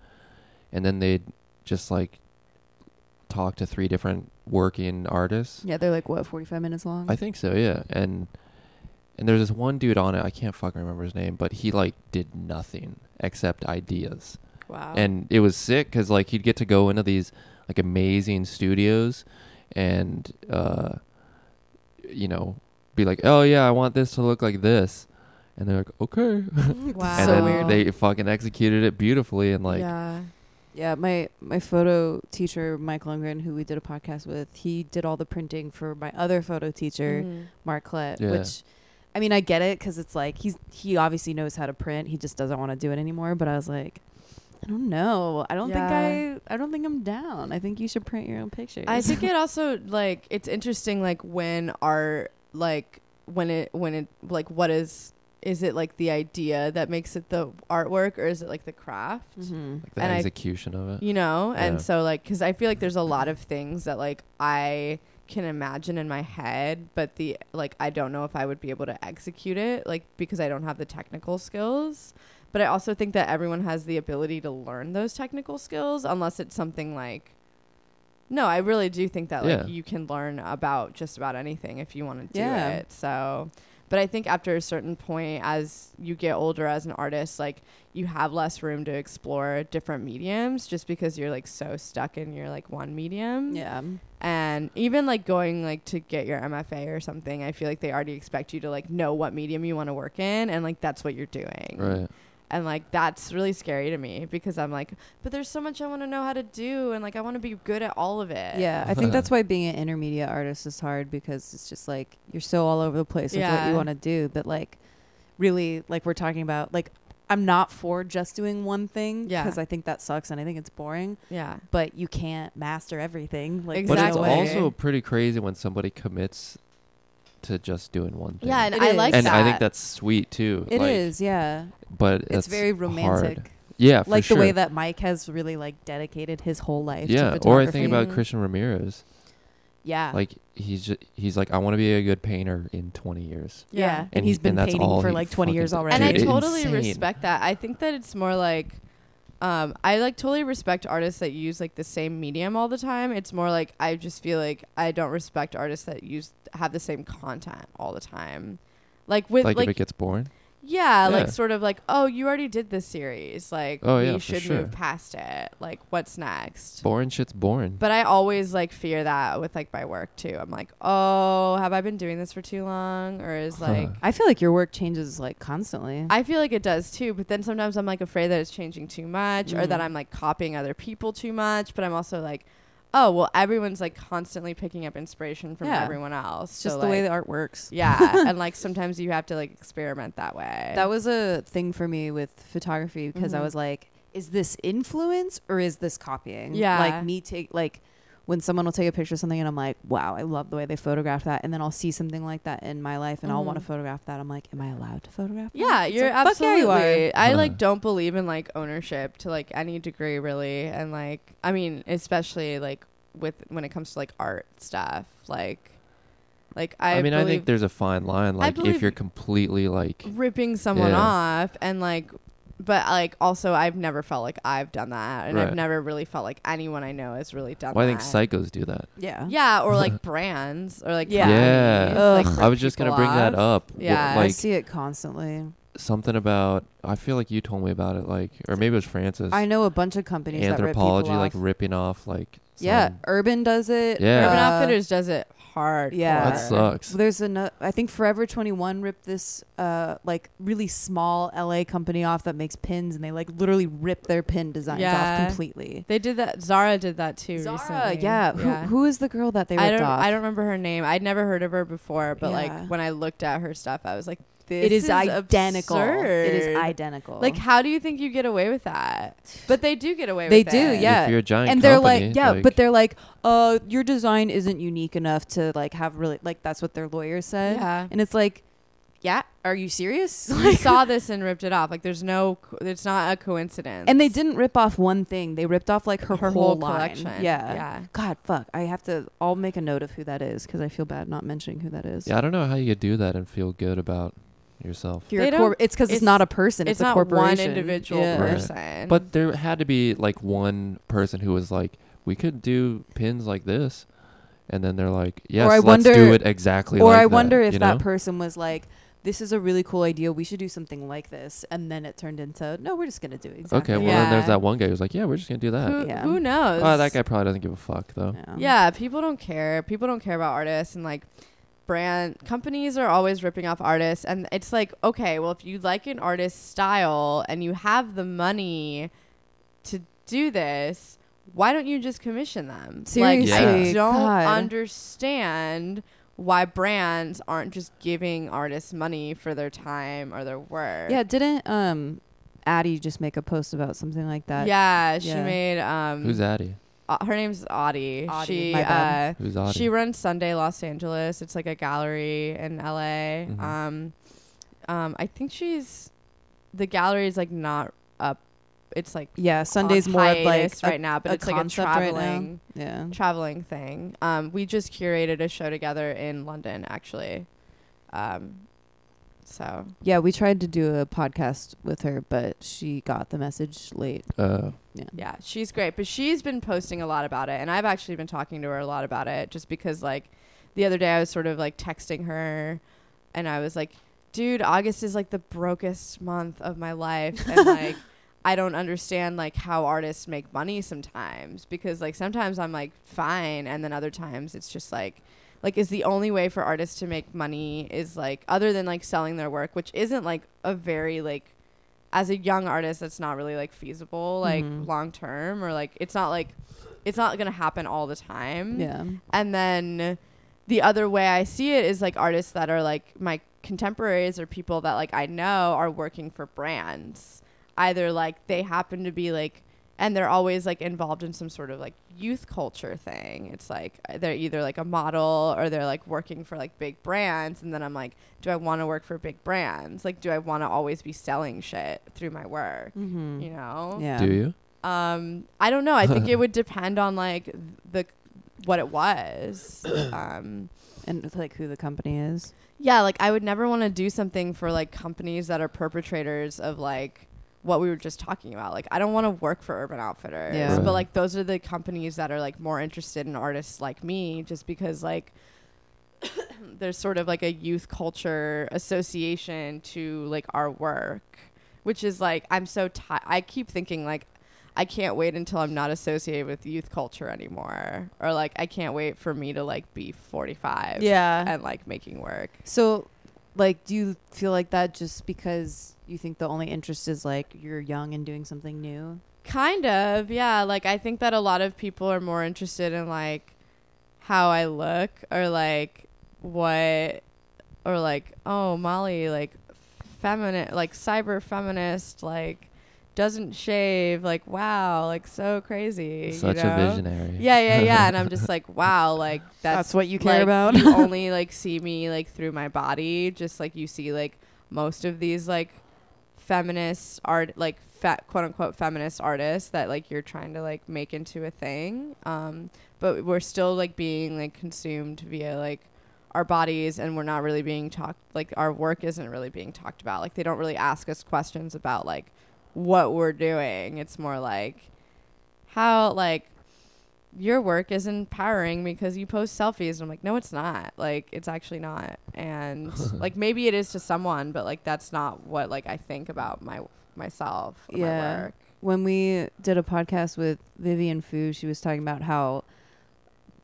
and then they'd just like talk to three different working artists. Yeah, they're like what, forty five minutes long? I think so, yeah. And and there's this one dude on it. I can't fucking remember his name, but he like did nothing except ideas Wow. and it was sick because like he'd get to go into these like amazing studios and uh you know be like oh yeah i want this to look like this and they're like okay Wow. and Mm-hmm. so then weird. they fucking executed it beautifully and like yeah. Yeah, my my photo teacher Mike Lundgren, who we did a podcast with, he did all the printing for my other photo teacher Mhm. Mark Klett, Yeah. which I mean I get it because it's like he's he obviously knows how to print, he just doesn't want to do it anymore. But I was like, I don't know, I don't Yeah. think I I don't think I'm down. I think you should print your own pictures. I think it also like it's interesting like when art like when it when it like what is is it like the idea that makes it the artwork or is it like the craft? hmm like the and I- execution of it You know? Yeah. And so like cuz I feel like there's a lot of things that like I can imagine in my head, but the like I don't know if I would be able to execute it like because I don't have the technical skills. But I also think that everyone has the ability to learn those technical skills unless it's something like no, I really do think that like Yeah. you can learn about just about anything if you want to do Yeah. it. So, but I think after a certain point as you get older as an artist, like you have less room to explore different mediums just because you're like so stuck in your like one medium. Yeah, And even like going like to get your MFA or something, I feel like they already expect you to like know what medium you want to work in and like that's what you're doing. right And like that's really scary to me because I'm like, but there's so much I want to know how to do and like I want to be good at all of it. yeah. I think that's why being an intermediate artist is hard because it's just like you're so all over the place with what Yeah. you want to do. But like, really, like we're talking about, like I'm not for just doing one thing Yeah. because I think that sucks and I think it's boring. Yeah. But you can't master everything. Like, but it's Exactly. also pretty crazy when somebody commits to just doing one thing Yeah, and It I is. like and that. i think that's sweet too It is, like, yeah. but It's that's very hard. romantic. yeah for Like sure. the way that Mike has really like dedicated his whole life. yeah to or i photography. think about Mhm. christian ramirez yeah, like he's just, he's like I want to be a good painter in 20 years. yeah. Yeah. And, And he's he- been and that's painting all for he like 20 fucking years did. already. And I Dude, it's totally insane. respect that. I think that it's more like um, I like totally respect artists that use like the same medium all the time. It's more like I just feel like I don't respect artists that use have the same content all the time. Like with like, like, if it gets boring. Yeah. yeah, like sort of like oh you already did this series like Oh, we yeah, for should sure. move past it like what's next. Boring shit's boring. But I always like fear that with like my work too. I'm like, oh, have I been doing this for too long? Or is Huh. like, I feel like your work changes like constantly. I feel like it does too. But then sometimes I'm like afraid that it's changing too much or Mm. that I'm like copying other people too much. But I'm also like, oh, well, everyone's like constantly picking up inspiration from Yeah. everyone else. it's just so, the way like- the art works. yeah. and like sometimes you have to like experiment that way. That was a thing for me with photography because I Mhm. was like, is this influence or is this copying? Yeah. Like me take like when someone will take a picture of something and I'm like, wow, I love the way they photographed that, and then I'll see something like that in my life and I'll Mhm. want to photograph that. I'm like, am I allowed to photograph? that? Yeah, It's you're like, fuck yeah, absolutely. you are. I Huh. like don't believe in like ownership to like any degree really, and like I mean, especially like with when it comes to like art stuff, like Like I, I, mean, I believe think there's a fine line. Like believe- if you're completely like, ripping someone Yeah. off and like but like also I've never felt like I've done that and I've Right. never really felt like anyone I know has really done well, I that. think psychos do that. Yeah. yeah, or like brands or like Yeah. Yeah. companies, Ugh. like, I was just people gonna bring that off. up. Wh- Yeah. I like see it constantly. something about. I feel like you told me about it. Like, or maybe it was Francis. I know a bunch of companies anthropology, that rip people like off. ripping off like. yeah, some- Urban does it. Yeah. Urban uh, Outfitters does it hard. yeah. that sucks. There's another. I think Forever 21 ripped this uh like really small LA company off that makes pins, and they like literally rip their pin designs Yeah. off completely. They did that. Zara did that too Zara, recently. yeah. Who, who is the girl that they ripped I don't. off? I don't remember her name. I'd never heard of her before, but Yeah. like when I looked at her stuff, I was like, "This It is, is identical. It is absurd. identical. Like, how do you think you get away with that? But they do get away They with do, it. yeah. If you're a giant and they're company, like, yeah, but they're like, uh, your design isn't unique enough to like have really like that's what their lawyer said. Yeah. And it's like, yeah, are you serious? You saw this and ripped it off. Like, there's no, co- it's not a coincidence. and they didn't rip off one thing. They ripped off like her, Her whole, whole line. collection. Yeah. Yeah. God, fuck. I have to. I'll make a note of who that is because I feel bad not mentioning who that is. yeah, I don't know how you could do that and feel good about yourself. You're a They don't- corp- it's because it's, it's- not a person. It's It's, a not corporation. one individual Yeah. Right. person. But there had to be like one person who was like, "We could do pins like this," and then they're like, "Yes, I let's wonder- do it exactly." Or like I wonder if you that know? person was like, "This is a really cool idea. We should do something like this," and then it turned into, "No, we're just gonna do it exactly." Okay, well Yeah. then there's that one guy who's like, "Yeah, we're just gonna do that." who, Yeah. who knows? uh, Oh, that guy probably doesn't give a fuck though. Yeah. Yeah, people don't care. People don't care about artists and like brand companies are always ripping off artists and it's like, okay, well if you like an artist's style and you have the money to do this, why don't you just commission them? Like I Seriously, don't God. understand why brands aren't just giving artists money for their time or their work. Yeah, didn't um Addie just make a post about something like that? Yeah, she Yeah. made um Who's Addie? uh, her name's Audie. Audie, She my bad. uh Who's Addie? She runs Sunday Los Angeles. It's like a gallery in LA. Mhm. Um, um, I think she's the gallery is like not up. It's like Yeah, on Sunday's more of like hiatus a- right now, but a it's like a concept right now. traveling yeah. traveling thing. Um, we just curated a show together in London actually. Um, so Yeah, we tried to do a podcast with her, but she got the message late. uh, yeah, she's great, but she's been posting a lot about it, and I've actually been talking to her a lot about it, just because like the other day I was sort of like texting her, and I was like, "Dude, August is like the brokest month of my life, and like I don't understand like how artists make money sometimes, because like sometimes I'm like fine, and then other times it's just like." Like is the only way for artists to make money is like other than like selling their work, which isn't like a very like as a young artist that's not really like feasible like Mhm. long term or like it's not like it's not gonna happen all the time Yeah. and then the other way i see it is like artists that are like my contemporaries or people that like i know are working for brands either like they happen to be like and they're always like involved in some sort of like youth culture thing it's like uh, they're either like a model or they're like working for like big brands and then i'm like do i want to work for big brands like do i want to always be selling shit through my work Mm-hmm. you know Yeah. Do you? um i don't know i think it would depend on like the what it was um And it's like who the company is. yeah like i would never want to do something for like companies that are perpetrators of like what we were just talking about like i don't want to work for urban outfitters Yeah. Right. but like those are the companies that are like more interested in artists like me just because like there's sort of like a youth culture association to like our work which is like i'm so tired i keep thinking like i can't wait until i'm not associated with youth culture anymore or like i can't wait for me to like be 45 Yeah. and like making work So like do you feel like that just because you think the only interest is like you're young and doing something new? Kind of, yeah. Like I think that a lot of people are more interested in like how I look or like what or like oh Molly like feminine like cyber feminist like doesn't shave like wow like so crazy Such you a know? visionary. yeah yeah yeah and i'm just like wow like that's what you like, you only like see me like through my body, just like you see like most of these like feminist art, like fat quote unquote feminist artists that like you're trying to like make into a thing. Um, but we're still like being like consumed via like our bodies and we're not really being talked like our work isn't really being talked about like they don't really ask us questions about like what we're doing it's more like how like your work is empowering because you post selfies and i'm like no it's not like it's actually not and like maybe it is to someone but like that's not what like i think about my myself or Yeah. my work when we did a podcast with Vivian Fu, she was talking about how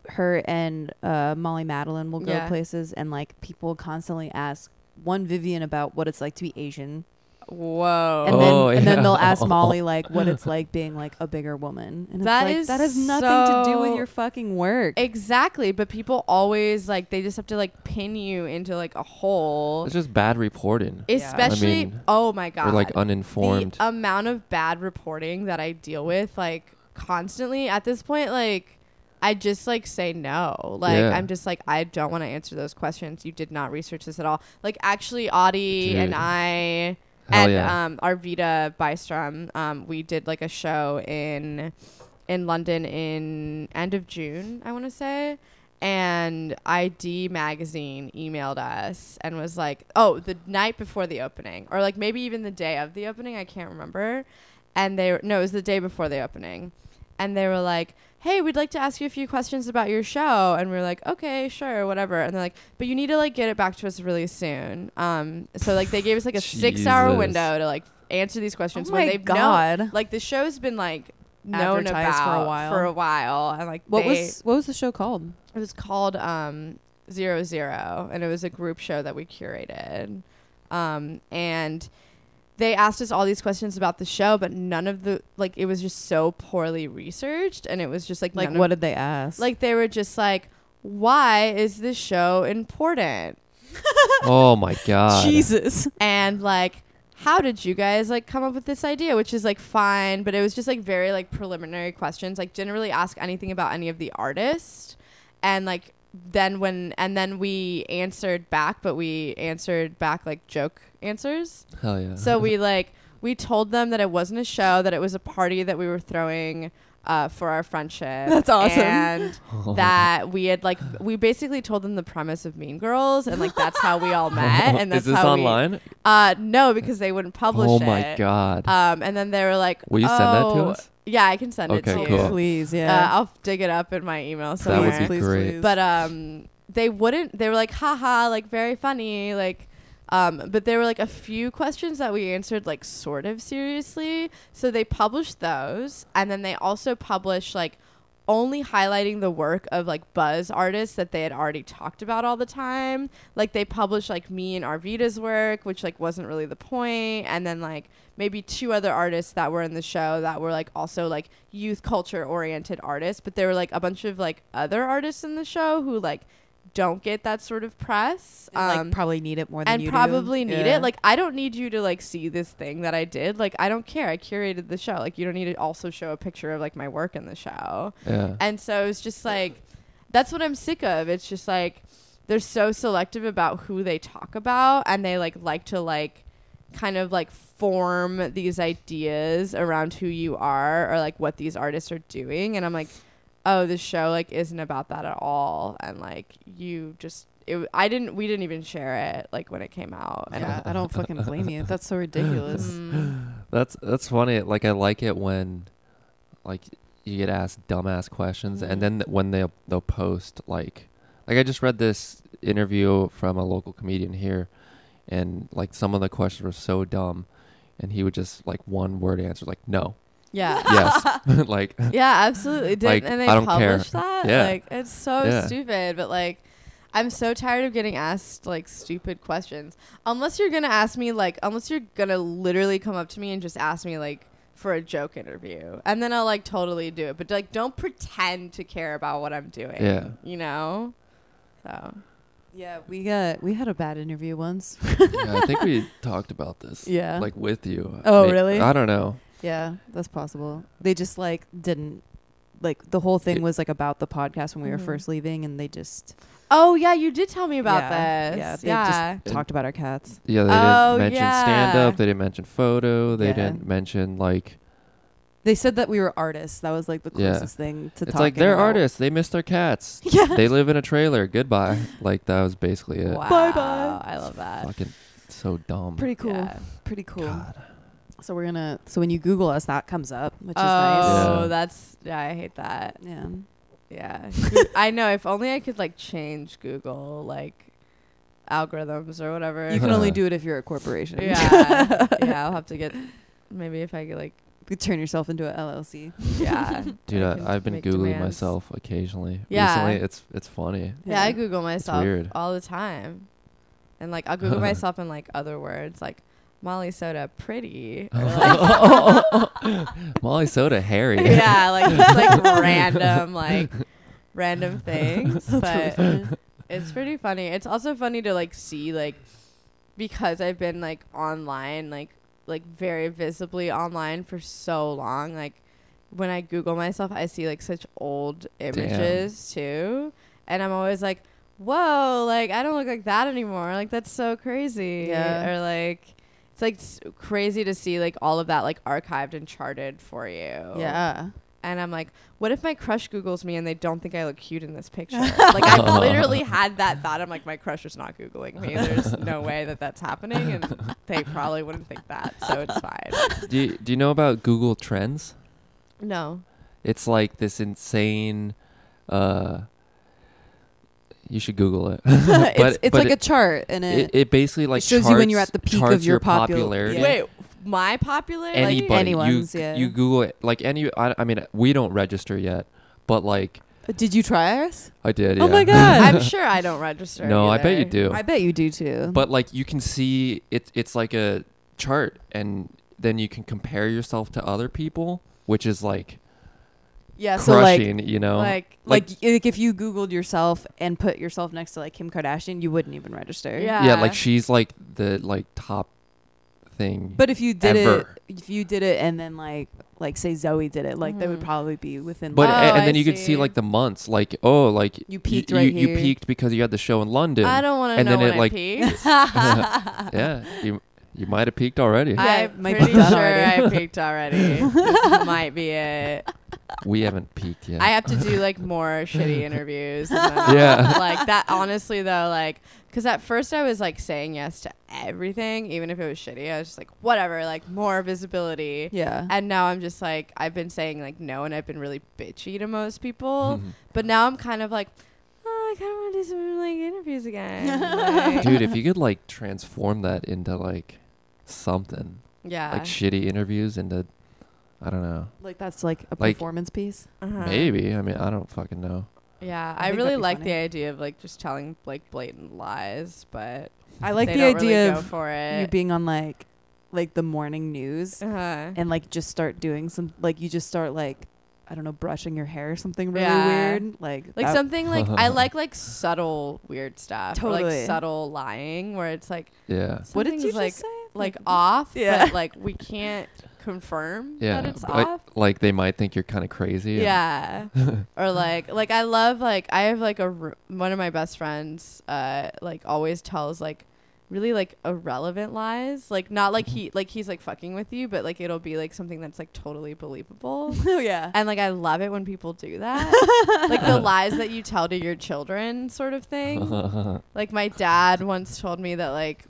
her and uh, Molly Madeline will go Yeah. places and like people constantly ask one Vivian about what it's like to be Asian. whoa And then Oh, and then they'll yeah. ask Molly like what it's like being like a bigger woman. And That it's like is that has nothing to do with so- your fucking work. Oh. Exactly, but people always like they just have to like pin you into like a hole. It's just bad reporting. I Especially, mean, oh my god, We're like uninformed. the uh, amount of bad reporting that I deal with like constantly at this point, like I just like say no. Like Yeah. I'm just like I don't want to answer those questions. You did not research this at all. Like actually, Audie and Dude. I Hell and yeah. um, Arvita Bystrom, um, we did like a show in in London in end of June, I want to say. And ID magazine emailed us and was like, "Oh, the night before the opening, or like maybe even the day of the opening. I can't remember." And they were, no, it was the day before the opening, and they were like, "Hey, we'd like to ask you a few questions about your show." And we were like, "Okay, sure, whatever." And they're like, "But you need to like get it back to us really soon." Um, so like they gave us like a six-hour Jesus. window to like answer these questions Oh when my they've known- God. like the show's been like known Advertised about for a while. for a while, and like what they- was what was the show called? it was called um zero zero and it was a group show that we curated um and they asked us all these questions about the show but none of the like it was just so poorly researched and it was just like Like none of- what did they ask? like they were just like why is this show important oh my god. Jesus. and like how did you guys like come up with this idea which is like fine but it was just like very like preliminary questions like didn't really ask anything about any of the artists and like then when and then we answered back but we answered back like joke answers Hell yeah. so we like we told them that it wasn't a show that it was a party that we were throwing uh, for our friendship That's awesome. and Oh that we had like we basically told them the premise of mean girls and like that's how we all met and that's Is this how we- online? uh, no, because they wouldn't publish oh it. my god. Um, and then they were like, Will you send that to "Oh, us?" Yeah, I can send it Okay, to cool. you. Please, Uh, yeah. I'll dig it up in my email that somewhere. would be great. But um, they wouldn't. They were like, haha, like very funny, like. Um, but there were like a few questions that we answered like sort of seriously. So they published those, and then they also published like only highlighting the work of like buzz artists that they had already talked about all the time. Like they published like me and Arvita's work, which like wasn't really the point, and then like maybe two other artists that were in the show that were like also like youth culture oriented artists, but there were like a bunch of like other artists in the show who like don't get that sort of press. um, like um, probably need it more than and you do. probably need Yeah. it. Like I don't need you to like see this thing that I did. Like I don't care. I curated the show. Like you don't need to also show a picture of like my work in the show. yeah. And so it's just like, that's what I'm sick of. It's just like they're so selective about who they talk about, and they like like to like kind of like form these ideas around who you are or like what these artists are doing. And I'm like, oh, the show like isn't about that at all. And like you just. It, w- I didn't. We didn't even share it like when it came out, and Yeah, I don't fucking blame you. That's so ridiculous. Mm, That's that's funny. Like I like it when, like, you get asked dumbass questions, and then th- when they will they'll post like, like I just read this interview from a local comedian here, and like some of the questions were so dumb, and he would just like one word answer like no, yeah, yes, like yeah, absolutely. Did, Like, and they I don't care. published that. Yeah. Like it's so Yeah. stupid, but like I'm so tired of getting asked like stupid questions. Unless you're gonna ask me like unless you're gonna literally come up to me and just ask me like for a joke interview. And then I'll like totally do it. But like don't pretend to care about what I'm doing. Yeah. You know? So Yeah, we got we had a bad interview once. yeah, I think we talked about this. Yeah. like with you. Oh, May- really? I don't know. yeah, that's possible. They just like didn't like the whole thing was like about the podcast when we were Mhm. first leaving, and they just Oh yeah, you did tell me about yeah, this. Yeah, they yeah. just talked about our cats. Yeah, they Oh, didn't mention stand yeah. up. They didn't mention photo. They Yeah. didn't mention like They said that we were artists. That was like the Yeah. closest thing to it's talking like they're about. artists. They miss their cats. Yeah. they live in a trailer. Goodbye. Like that was basically it. Wow. Bye-bye. I love that. Fucking so dumb. Pretty cool. Yeah. Pretty cool. God. So we're gonna. So when you Google us, that comes up, which is nice. oh, Yeah. that's yeah. I hate that. Yeah. Yeah. I know. If only I could like change Google like algorithms or whatever. You can only do it if you're a corporation. yeah. yeah. I'll have to get maybe if I could like You turn yourself into a LLC. yeah. Dude, I can I, I've been make googling demands. myself occasionally. Yeah. Recently, it's it's funny. Yeah, I Google myself weird. all the time, and like I'll Google myself in like other words like Molly soda pretty. Or, like, Molly Soda Harry. yeah, like just like random like random things, but Oh. it's pretty funny. It's also funny to like see like because I've been like online like like very visibly online for so long like when I google myself I see like such old images too and I'm always like whoa like I don't look like that anymore like that's so crazy Yeah. or like it's like s- crazy to see like all of that like archived and charted for you Yeah. and I'm like, what if my crush Googles me and they don't think I look cute in this picture? like, I literally had that thought. I'm like, my crush is not Googling me. There's no way that that's happening. And they probably wouldn't think that. So it's fine. Do you, do you know about Google Trends? No. It's like this insane. uh You should Google it. but it's it's but like a it, chart, and it, it, it basically like shows you when you're charts- at the peak of charts your popul- popularity. Yeah. Wait, my popularity? Anybody, anyone's, you, yeah. you Google it like any. I, I mean, we don't register yet, but like Did you try ours? I did. Oh yeah. my God. I'm sure I don't register. no, I bet you either. do. I bet you do too. but like you can see it it's like a chart and then you can compare yourself to other people which is like yeah, so like, crushing you know Like, like, um, like- like, if you Googled yourself and put yourself next to like Kim Kardashian, you wouldn't even register. yeah. yeah like she's like the like top thing But if you did Ever. it, if you did it, and then like, like say Zoe did it, like that would Mhm. probably be within. but a- Oh, like, and, I then you could see. see like the months like oh like You peaked you, right you here. peaked because you had the show in london I don't want to and know then when it, I like- peaked. yeah you you might have peaked already Yeah, I'm might be pretty sure done I already. peaked already. this might be it. we haven't peaked yet I have to do like more shitty interviews. And then, Yeah. Like that, honestly, though, like, because at first I was like saying yes to everything, even if it was shitty. I was just like, whatever, like more visibility. yeah, And now I'm just like, I've been saying like no, and I've been really bitchy to most people. but now I'm kind of like, oh, I kind of want to do some like interviews again. Like, dude if you could like transform that into like something yeah. like shitty interviews into i don't know like that's like a Like- performance piece. Uh-huh. Maybe. I mean, I don't fucking know. Yeah. I I, think really that'd be like funny. the idea of like just telling like blatant lies, but I like they the don't idea really go of for it. you being on like, like the morning news, uh-huh. and like just start doing some, like you just start like, I don't know, brushing your hair or something really Yeah. weird, like like that- something like I like like subtle weird stuff or, Totally. like subtle lying where it's like Yeah. What did something's, you just like say? like off Yeah. but like we can't confirm Yeah. that it's like, off like they might think you're kind of crazy. and- yeah, or like like I love like I have like a r- one of my best friends uh like always tells like really like irrelevant lies like not like he like he's like fucking with you but like it'll be like something that's like totally believable oh yeah, and like I love it when people do that like the lies that you tell to your children sort of thing Uh-huh. like my dad once told me that like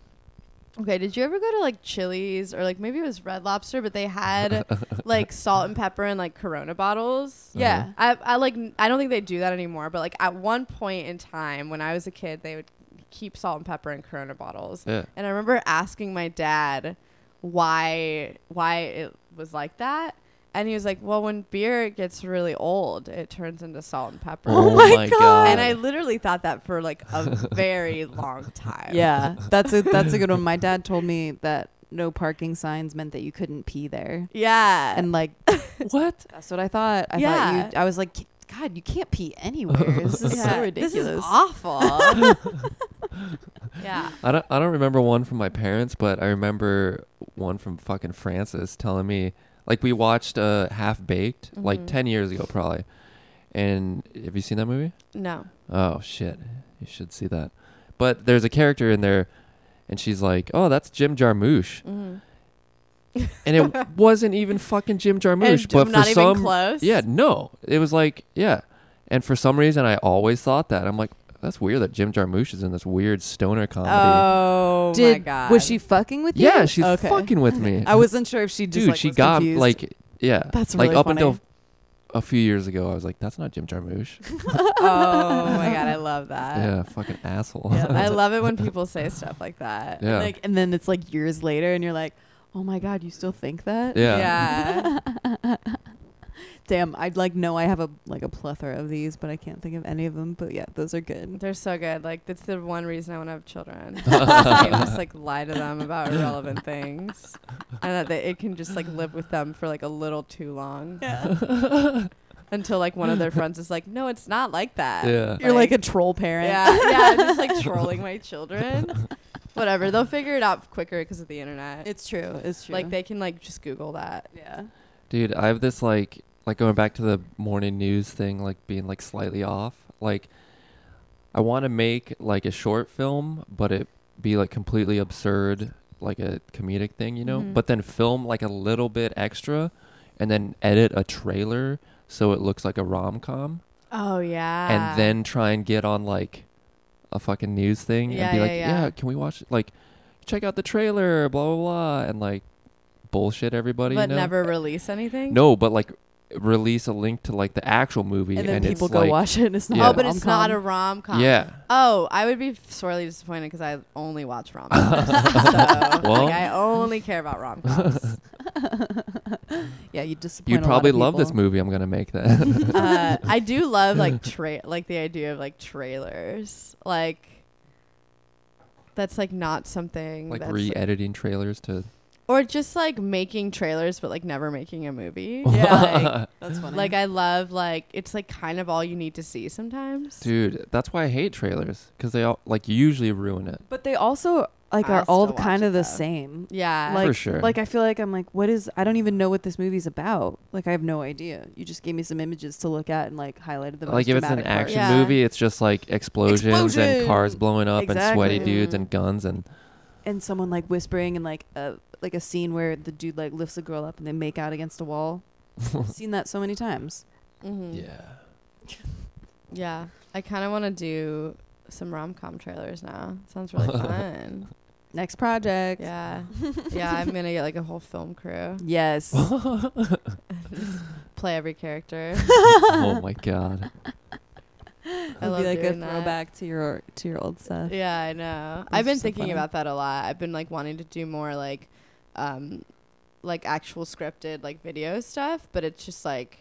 okay, did you ever go to like Chili's or like maybe it was Red Lobster, but they had like salt and pepper and like Corona bottles? yeah, I, I like n- I don't think they do that anymore, but like at one point in time when I was a kid, they would keep salt and pepper in Corona bottles. yeah. And I remember asking my dad why why it was like that. And he was like, "Well, when beer gets really old, it turns into salt and pepper." Oh my God. And I literally thought that for like a very long time. yeah. That's a that's a good one. My dad told me that no parking signs meant that you couldn't pee there, Yeah. and like what? that's what I thought. I Yeah. thought you. I was like, God, you can't pee anywhere. This is Yeah, so ridiculous. This is awful. yeah. I don't. I don't remember one from my parents, but I remember one from fucking Francis telling me like we watched uh, Half Baked like Mhm. ten years ago probably. And have you seen that movie? No. Oh shit, you should see that. But there's a character in there, and she's like, "Oh, that's Jim Jarmusch," Mm-hmm. and it wasn't even fucking Jim Jarmusch. And but not for even some, close. yeah, no, it was like yeah, and for some reason I always thought that I'm like that's weird that Jim Jarmusch is in this weird stoner comedy. Oh Did my god. was she fucking with you? yeah, she's Okay. fucking with me, I wasn't sure if she just dude. like, she was got confused. like yeah, That's like really up funny. Uh, until a few years ago, I was like that's not Jim Jarmusch. Oh my god, I love that. yeah, fucking asshole. Yeah, I love it when people say stuff like that. yeah, like and then it's like years later and you're like, "Oh my god, you still think that?" yeah, Yeah. Damn, I'd like know I have a like a plethora of these, but I can't think of any of them, but yeah, those are good. They're so good. Like that's the one reason I want to have children. you just like lie to them about irrelevant things, and that they, it can just like live with them for like a little too long until like one of their friends is like, "No, it's not like that." Yeah. You're like a troll parent. yeah, yeah, just like trolling my children. Whatever, they'll figure it out quicker because of the internet. It's true. It's true. like they can like just Google that. Yeah. Dude, I have this like like going back to the morning news thing, like being like slightly off. Like I want to make like a short film, but it be like completely absurd, like a comedic thing, you know? Mhm. But then film like a little bit extra and then edit a trailer so it looks like a rom-com Oh yeah. and then try and get on like a fucking news thing Yeah, and be yeah, like, yeah. "Yeah, can we watch like check out the trailer, blah blah blah." And like bullshit everybody, but you know? never release anything. No, but like release a link to like the actual movie, And then people it's go like, watch it and it's not Yeah. Oh, but it's not a rom com. Yeah, Oh, I would be sorely disappointed because I only watch rom coms. so, like, Well. I only care about rom coms. yeah, you disappoint you'd probably love this movie. I'm gonna make Um, that. uh, I do love like tra- like the idea of like trailers. Like that's like not something like that's, re-editing trailers to. or just like making trailers but like never making a movie. Yeah, That's funny. Like I love like it's like kind of all you need to see sometimes. Dude, that's why I hate trailers because they all like usually ruin it but they also like I are all still kind watch of it, the though. same. Yeah. Like- for sure. Like I feel like I'm like, what is? I don't even know what this movie's about. Like I have no idea. You just gave me some images to look at and like highlighted the. Like, most if it's an dramatic parts. action Yeah. movie, it's just like explosions and cars Explosion! blowing up and sweaty Exactly. dudes Mm. and guns and and someone like whispering and like a like a scene where the dude like lifts a girl up and they make out against a wall. I've seen that so many times. Mhm. Mm. yeah. Yeah, I kind of want to do some rom com trailers now. Sounds really fun. Next project. Yeah, yeah. I'm gonna get like a whole film crew, Yes. play every character. oh my god. I It'll love be like a doing that. throwback to your to your old stuff. Yeah, I know. I've been so thinking funny. about that a lot. I've been like wanting to do more like, um, like actual scripted like video stuff, but it's just like,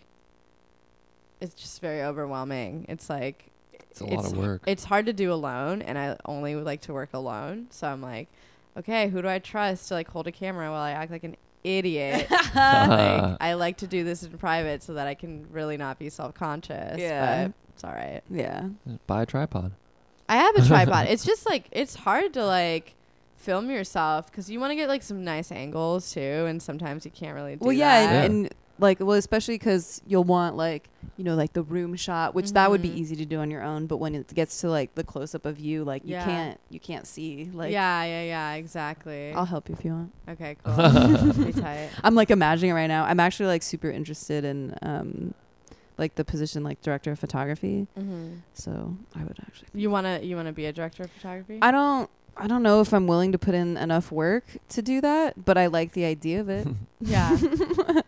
it's just very overwhelming. It's like It's a lot of work. it's hard to do alone and i only would like to work alone so i'm like okay who do i trust to like hold a camera while i act like an idiot like, i like to do this in private so that i can really not be self-conscious Yeah. but it's all right Yeah. Buy a tripod. i have a tripod it's just like it's hard to like film yourself because you want to get like some nice angles too and sometimes you can't really do Well, yeah, that. and, and like, well, especially because you'll want like, you know, like the room shot, which that would be Mhm. easy to do on your own. But when it gets to like the close up of you, like Yeah. you can't, you can't see. Like, Oh. yeah yeah yeah exactly I'll help you if you want. okay cool be tight I'm like imagining it right now. I'm actually like super interested in, um, like the position like director of photography. hmm So I would actually. you want to you want to be a director of photography I don't. I don't know if I'm willing to put in enough work to do that, but I like the idea of it. yeah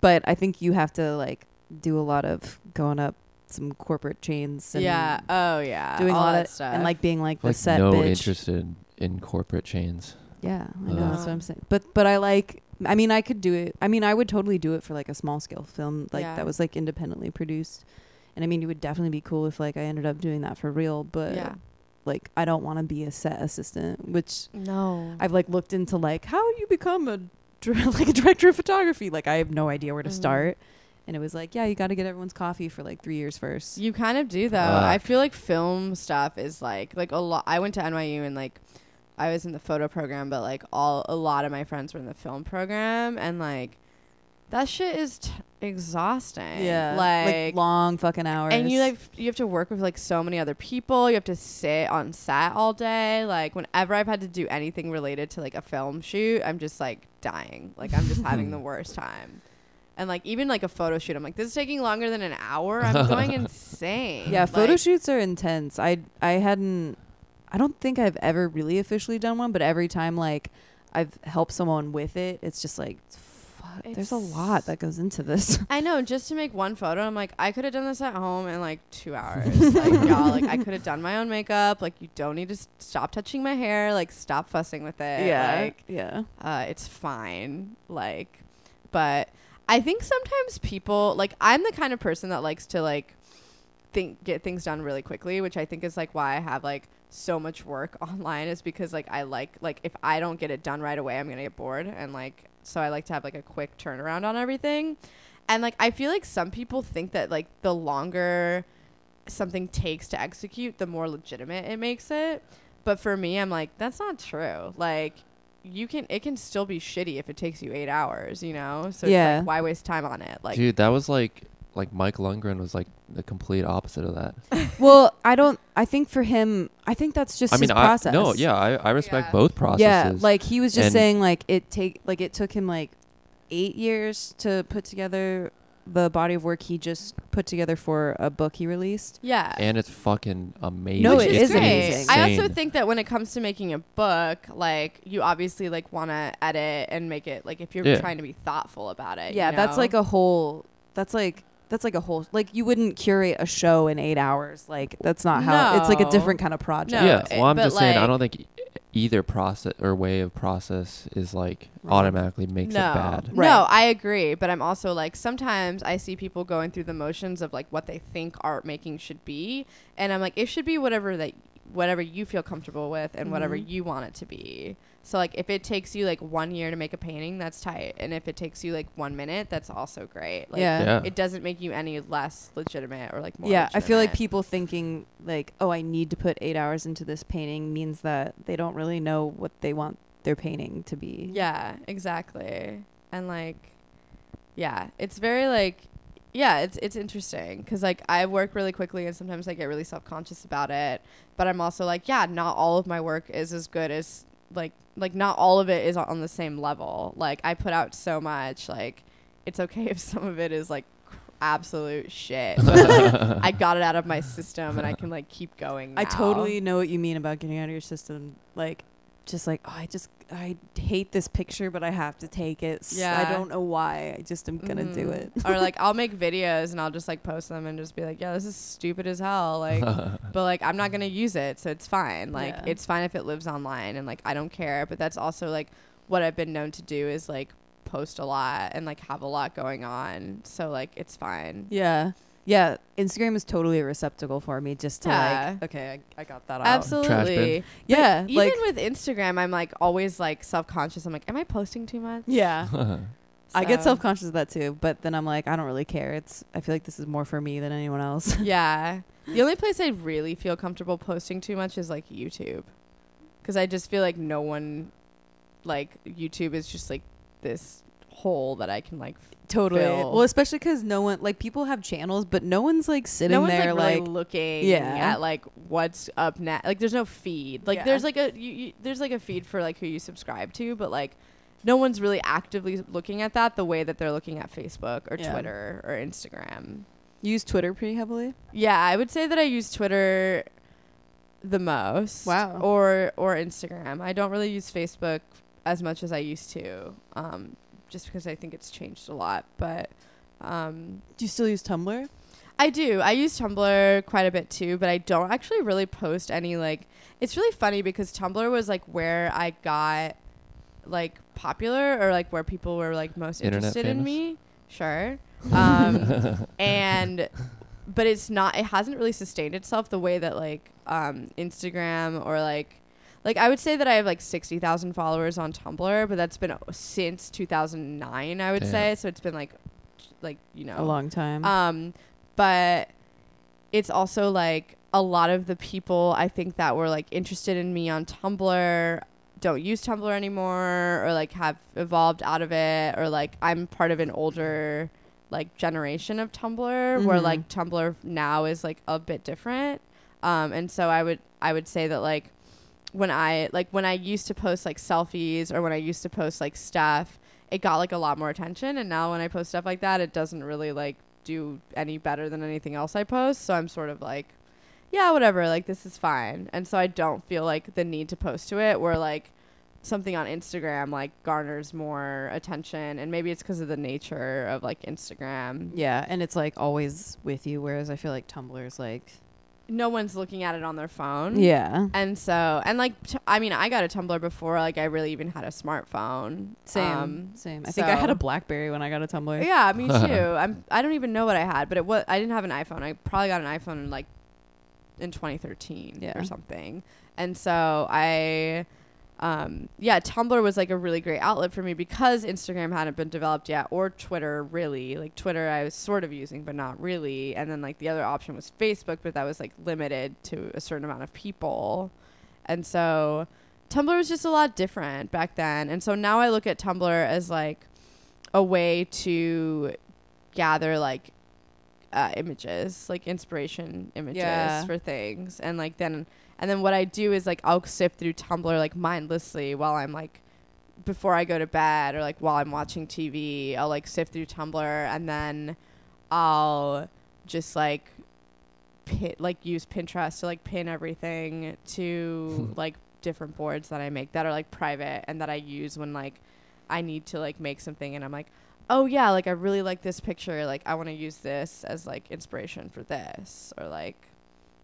but I think you have to like do a lot of going up some corporate chains and yeah. Oh yeah. doing All a lot that of stuff and like being like the like set no bitch. interested in corporate chains. Yeah, I know that's Ugh. what I'm saying. But but I like. I mean, I could do it. I mean, I would totally do it for like a small scale film like Yeah. that was like independently produced. And I mean, it would definitely be cool if like I ended up doing that for real. But yeah. like, I don't want to be a set assistant, which No. I've like looked into like how you become a dir- like a director of photography. Like I have no idea where to Mhm. start, and it was like, yeah, you got to get everyone's coffee for like three years first. you kind of do though. Fuck. I feel like film stuff is like like a lot. I went to NYU and like I was in the photo program, but like all a lot of my friends were in the film program, and like That shit is t- exhausting. Yeah. Like, long fucking hours. and you like you have to work with like so many other people. You have to sit on set all day. Like whenever I've had to do anything related to like a film shoot, I'm just like dying. Like I'm just having the worst time. And like even like a photo shoot, I'm like this is taking longer than an hour. I'm going insane. Yeah, Like, photo shoots are intense. I I hadn't I don't think I've ever really officially done one, but every time like I've helped someone with it, it's just like fuck, there's a It's- lot that goes into this. I know, just to make one photo, I'm like, I could have done this at home in like two hours. like, y'all, like, I could have done my own makeup. Like, you don't need to s- stop touching my hair. Like, stop fussing with it. Like, yeah. uh, it's fine. Like, but I think sometimes people, like, I'm the kind of person that likes to, like, think, get things done really quickly, which I think is, like, why I have, like, so much work online is because, like, I like, like, if I don't get it done right away, I'm going to get bored. And, like, so I like to have, like, a quick turnaround on everything. And, like, I feel like some people think that, like, the longer something takes to execute, the more legitimate it makes it. But for me, I'm like, that's not true. Like, you can it can still be shitty if it takes you eight hours, you know. So yeah, Yeah. it's like, why waste time on it? Like, Dude, that was like like Mike Lundgren was like the complete opposite of that. well, I don't I think for him, I think that's just I mean, his I process. no, yeah, I, I respect Yeah. both processes. Yeah, like he was just And- saying like it take like it took him like 8 years to put together the body of work he just put together for a book he released. yeah, and it's fucking amazing. No, which it is is great. amazing. I insane. also think that when it comes to making a book, like you obviously like want to edit and make it like if you're Yeah. trying to be thoughtful about it. yeah you that's know? like a whole that's like that's like a whole like you wouldn't curate a show in eight hours like that's not how it's like a No. different kind of project No, yeah. it- Well, I'm but, just saying, I like- don't think e- either process or way of process is like Right. automatically makes it bad. Right. No, I agree, but I'm also like sometimes I see people going through the motions of like what they think art making should be, and I'm like it should be whatever that whatever you feel comfortable with and whatever Mhm. you want it to be. So like if it takes you like 1 year to make a painting, that's tight, and if it takes you like 1 minute, that's also great. Like yeah yeah, Yeah. it doesn't make you any less legitimate or like more i feel like legitimate. people thinking like oh i need to put eight hours into this painting means that they don't really know what they want their painting to be Yeah, exactly. And like, yeah, it's very like, yeah, it's it's interesting because like I work really quickly and sometimes I get really self conscious about it. But I'm also like, yeah, not all of my work is as good as like like not all of it is on the same level. Like I put out so much. Like it's okay if some of it is like cr- absolute shit. I got it out of my system and I can like keep going. i now. totally know what you mean about getting out of your system like just like oh i just i hate this picture but i have to take it S- Yeah. i don't know why i just am gonna do Mhm. it or like I'll make videos and I'll just like post them and just be like, yeah, this is stupid as hell. Like, but like I'm not gonna use it, so it's fine. Like Yeah. it's fine if it lives online and like I don't care. But that's also like what I've been known to do is like post a lot and like have a lot going on. So like it's fine. Yeah. Yeah. Instagram is totally a receptacle for me just to Yeah. like, okay, I, I got that out. Absolutely. But Yeah. Even Like, with Instagram, I'm like always like self conscious. I'm like, am I posting too much? yeah. I get So- self conscious of that too, but then I'm like, I don't really care. It's, I feel like this is more for me than anyone else. yeah. The only place I really feel comfortable posting too much is like YouTube. Cuz I just feel like no one like YouTube is just like this hole that I can like totally. Feel. Well, especially because no one, like, people have channels, but no one's like sitting no one's there like, really like, looking Yeah. at like what's up next. Like there's no feed. Like Yeah. there's like a you, you, there's like a feed for like who you subscribe to, but like no one's really actively looking at that the way that they're looking at Facebook or Yeah. Twitter or Instagram. you use Twitter pretty heavily. Yeah, I would say that I use Twitter the most. Wow. Or or Instagram. I don't really use Facebook as much as I used to, um, just because I think it's changed a lot. But um, Do you still use Tumblr? I do. I use Tumblr quite a bit too, but I don't actually really post any like. It's really funny because Tumblr was like where I got like popular or like where people were like most Internet interested in famous? me. Sure. Um, and but it's not it hasn't really sustained itself the way that like um instagram or like like i would say that i have like 60000 followers on tumblr but that's been since 2009 i would Damn. say so it's been like like you know A long time. um, but it's also like a lot of the people I think that were like interested in me on Tumblr don't use Tumblr anymore or like have evolved out of it or like I'm part of an older like generation of Tumblr where Mhm. like Tumblr now is like a bit different. Um and so I would I would say that like when I like when I used to post like selfies or when I used to post like stuff, it got like a lot more attention and now when I post stuff like that, it doesn't really like do any better than anything else I post, so I'm sort of like yeah, whatever, like this is fine. And so I don't feel like the need to post to it where like something on Instagram like garners more attention and maybe it's because of the nature of like Instagram. Yeah, and it's like always with you, whereas I feel like Tumblr is like No one's looking at it on their phone. yeah. And so and like t- I mean, I got a Tumblr before like I really even had a smartphone. Same, Um, same. I think I had so- a BlackBerry when I got a Tumblr. yeah, me too. I'm I don't even know what I had, but it was I didn't have an iPhone. I probably got an iPhone in like in 2013 Yeah. or something. And so I um yeah, Tumblr was like a really great outlet for me because Instagram hadn't been developed yet or Twitter really. Like Twitter I was sort of using but not really. And then like the other option was Facebook, but that was like limited to a certain amount of people. And so Tumblr was just a lot different back then. And so now I look at Tumblr as like a way to gather like uh, images, like inspiration images Yeah. for things. And like then and then what I do is like I'll sift through Tumblr like mindlessly while I'm like before I go to bed or like while I'm watching TV, I'll like sift through Tumblr and then I'll just like pin, like use Pinterest to like pin everything to like different boards that I make that are like private and that I use when like I need to like make something and I'm like, "Oh yeah, like I really like this picture, like I want to use this as like inspiration for this or like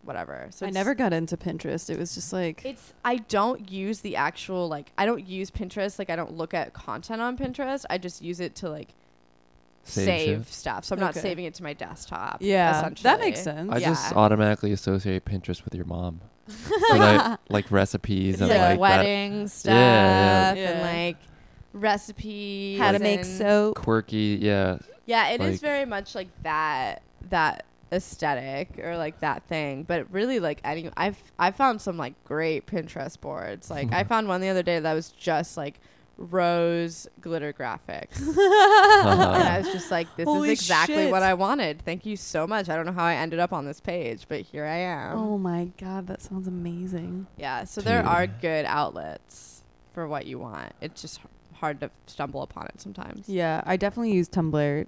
whatever." So I it's- never got into Pinterest. It was just like it's I don't use the actual like I don't use Pinterest like I don't look at content on Pinterest. I just use it to like Save save, shit. stuff. So I'm not Okay. saving it to my desktop. yeah, that makes essentially. sense. I just Yeah. automatically associate Pinterest with your mom. For like, like recipes It's and like, like, that wedding stuff yeah. Yeah. and like recipes. How to make and- soap? quirky, yeah, Yeah, it is like- very much like that that aesthetic or like that thing. But really like any I've I found some like great Pinterest boards. Like I found one the other day that was just like rose glitter graphics. and Uh-huh. I was just like, this Holy is exactly shit. what I wanted. Thank you so much. I don't know how I ended up on this page, but here I am. Oh my god, that sounds amazing. Yeah, so there Dude. are good outlets for what you want. It's just h- hard to stumble upon it sometimes. Yeah, I definitely use Tumblr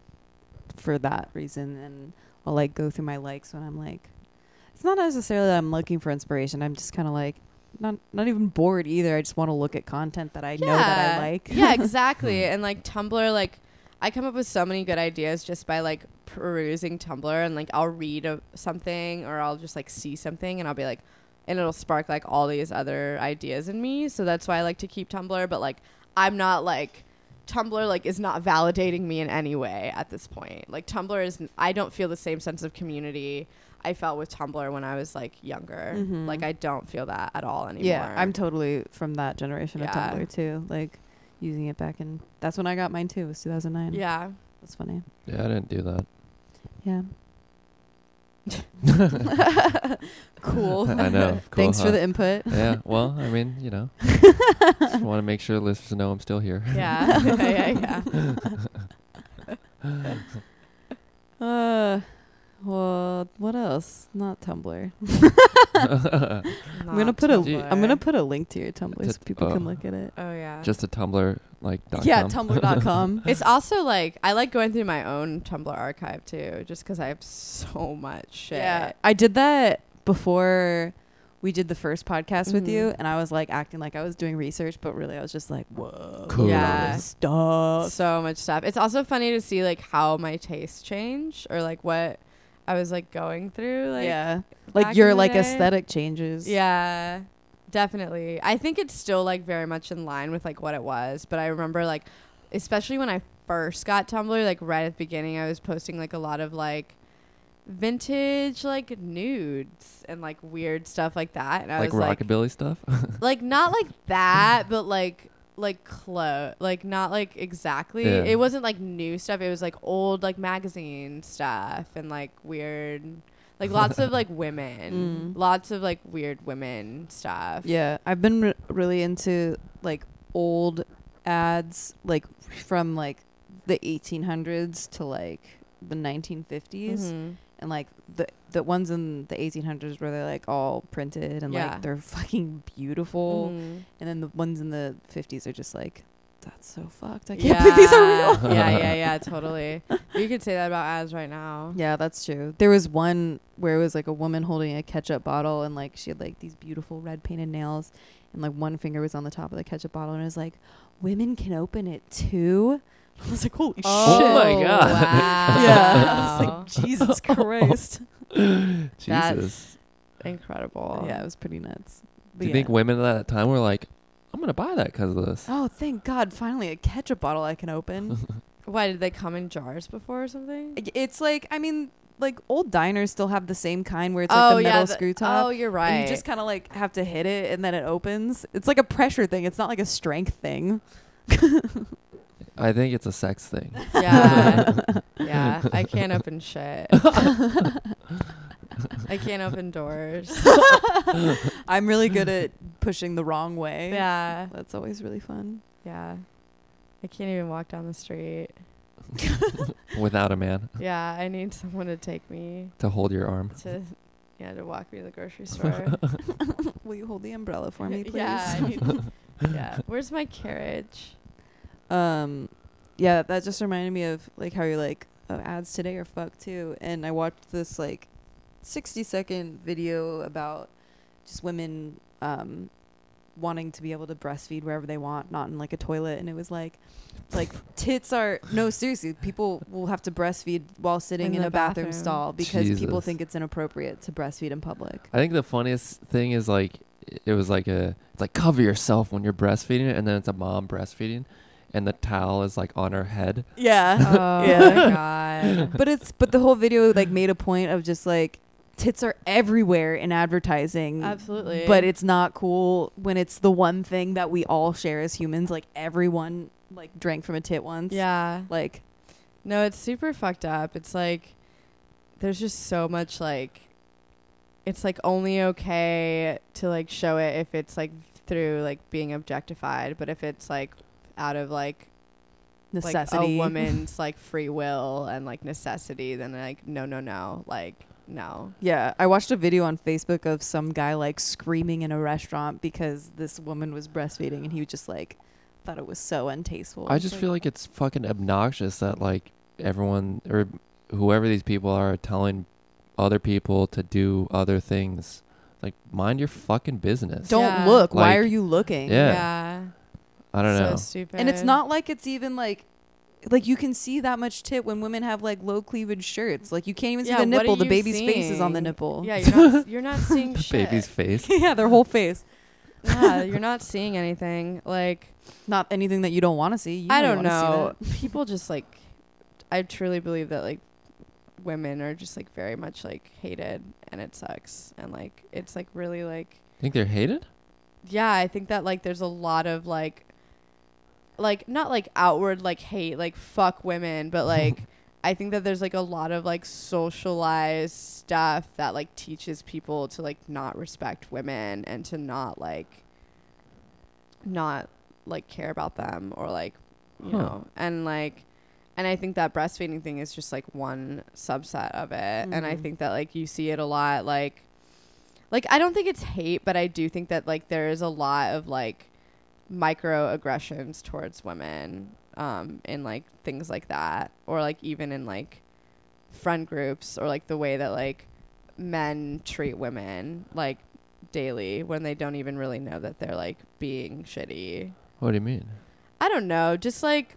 for that reason, and I'll like go through my likes when I'm like, it's not necessarily that I'm looking for inspiration. I'm just kind of like not not even bored either. I just want to look at content that I know that I like. yeah, exactly. and like Tumblr, like I come up with so many good ideas just by like perusing Tumblr and like I'll read a, something or I'll just like see something and I'll be like, and it'll spark like all these other ideas in me. So that's why I like to keep Tumblr. But like I'm not like Tumblr like is not validating me in any way at this point. Like Tumblr is I don't feel the same sense of community I felt with Tumblr when I was like younger. Mhm. Like I don't feel that at all anymore. yeah, I'm totally from that generation of Yeah. Tumblr too. Like using it back in that's when I got mine too. Was 2009. yeah. that's funny. yeah. I didn't do that. Yeah. cool. I know. Cool, Thanks huh? for the input. yeah. Well, I mean, you know, just want to make sure listeners know I'm still here. Yeah. yeah, yeah, yeah. Uh, well, what else? Not Tumblr. I'm gonna Not put a Tumblr. am gonna put a link to your Tumblr To- so people oh. can look at it. Oh yeah. Just a Tumblr like. Dot Yeah, com. Tumblr.com. it's also like I like going through my own Tumblr archive too, just because I have so much shit. yeah, I did that before we did the first podcast with you, Mhm. and I was like acting like I was doing research, but really I was just like, whoa, Cool. Yeah. stuff. So much stuff. It's also funny to see like how my tastes change or like what I was like going through. Like yeah, back like your in the like day. aesthetic changes. Yeah, definitely. I think it's still like very much in line with like what it was, but I remember like, especially when I first got Tumblr, like right at the beginning, I was posting like a lot of like vintage like nudes and like weird stuff like that, and I like was like, rockabilly stuff. like not like that, but like like close, like not like exactly. Yeah. It wasn't like new stuff. It was like old like magazine stuff and like weird. Like lots of like women, Mm. lots of like weird women stuff. Yeah, I've been re- really into like old ads, like from like the 1800s to like the 1950s, Mhm. and like the the ones in the 1800s where they're like all printed and Yeah. like they're fucking beautiful, Mhm. and then the ones in the 50s are just like that's so fucked. I can't believe these are real. Yeah, yeah, yeah, yeah, totally. You could say that about ads right now. Yeah, that's true. There was one where it was like a woman holding a ketchup bottle and like she had like these beautiful red painted nails and like one finger was on the top of the ketchup bottle and it was like, Women can open it too. I was like, Holy Oh shit. my God. Wow. Yeah. I was like, Jesus Christ. Jesus. Incredible. yeah, it was pretty nuts. But Do you yeah. think women at that time were like, I'm gonna buy that because of this? Oh, thank God, finally a ketchup bottle I can open. Why did they come in jars before or something? it's like I mean, like old diners still have the same kind where it's like the metal the- screw top. Oh, you're And right. you just kind of like have to hit it and then it opens. It's like a pressure thing. It's not like a strength thing. I think it's a sex thing. yeah, yeah. I can't open shit. I can't open doors. I'm really good at pushing the wrong way. Yeah, That's always really fun. yeah. I can't even walk down the street. Without a man Yeah, I need someone to take me to hold your arm. to, yeah, to walk me to the grocery store. Will you hold the umbrella for me, please? Yeah, I need- yeah. Where's my carriage? Um, yeah, that just reminded me of like how you're like, oh, ads today are fucked too. And I watched this like 60 second video about just women um, wanting to be able to breastfeed wherever they want, not in like a toilet. And it was like, like tits are no seriously. People will have to breastfeed while sitting In in, the a bathroom, bathroom. stall because people Jesus. think it's inappropriate to breastfeed in public. I think the funniest thing is like it was like a it's like cover yourself when you're breastfeeding, and then it's a mom breastfeeding, and the towel is like on her head. Yeah, Oh my god. Uh, but it's but the whole video like made a point of just like tits are everywhere in advertising. Absolutely. But it's not cool when it's the one thing that we all share as humans. Like everyone like drank from a tit once. yeah. Like No, it's super fucked up. It's like there's just so much like it's like only okay to like show it if it's like through like being objectified, but if it's like out of like necessity. like a woman's like free will and like necessity, then like no no no. Like no. Yeah, I watched a video on Facebook of some guy like screaming in a restaurant because this woman was breastfeeding and he just like thought it was so untasteful. I It's just feel like it's fucking obnoxious that like everyone or whoever these people are are telling other people to do other things. Like mind your fucking business. don't Yeah. look. Why Like- are you looking? Yeah. yeah. I don't so know. stupid. And it's not like it's even like like you can see that much tit when women have like low cleavage shirts. Like you can't even Yeah, see the what are nipple. The you baby's face is on the seeing? nipple. Yeah, you're not you're not seeing The shit. baby's face. yeah, their whole face. Yeah, you're not seeing anything. Like Not anything that you don't want to see. You I don't wanna see know. that. People just like, I truly believe that like women are just like very much like hated and it sucks. And like, it's like really like, Think they're hated? yeah, I think that like there's a lot of like, like not like outward like hate, like fuck women, but like, I think that there's like a lot of like socialized stuff that like teaches people to like not respect women and to not like, not like care about them or like you Huh. know and like and i think that breastfeeding thing is just like one subset of it and i Mhm. think that like you see it a lot like like i don't think it's hate but i do think that like there is a lot of like microaggressions towards women um in like things like that or like even in like friend groups or like the way that like men treat women like daily when they don't even really know that they're like being shitty What do you mean? I don't know, just like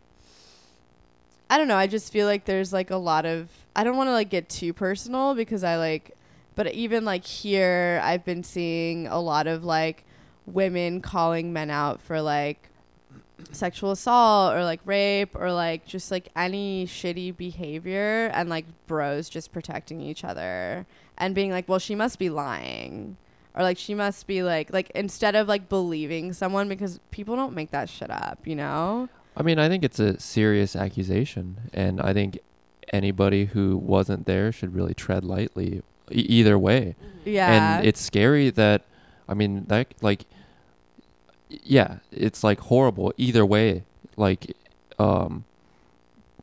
I don't know, I just feel like there's like a lot of I don't want to like get too personal because I like but even like here I've been seeing a lot of like women calling men out for like sexual assault or like rape or like just like any shitty behavior and like bros just protecting each other and being like well she must be lying or like she must be like like instead of like believing someone because people don't make that shit up you know I mean, I think it's a serious accusation, and I think anybody who wasn't there should really tread lightly e- either way. Mm. yeah. And it's scary that, I mean, that like, yeah, it's like horrible either way. Like, um,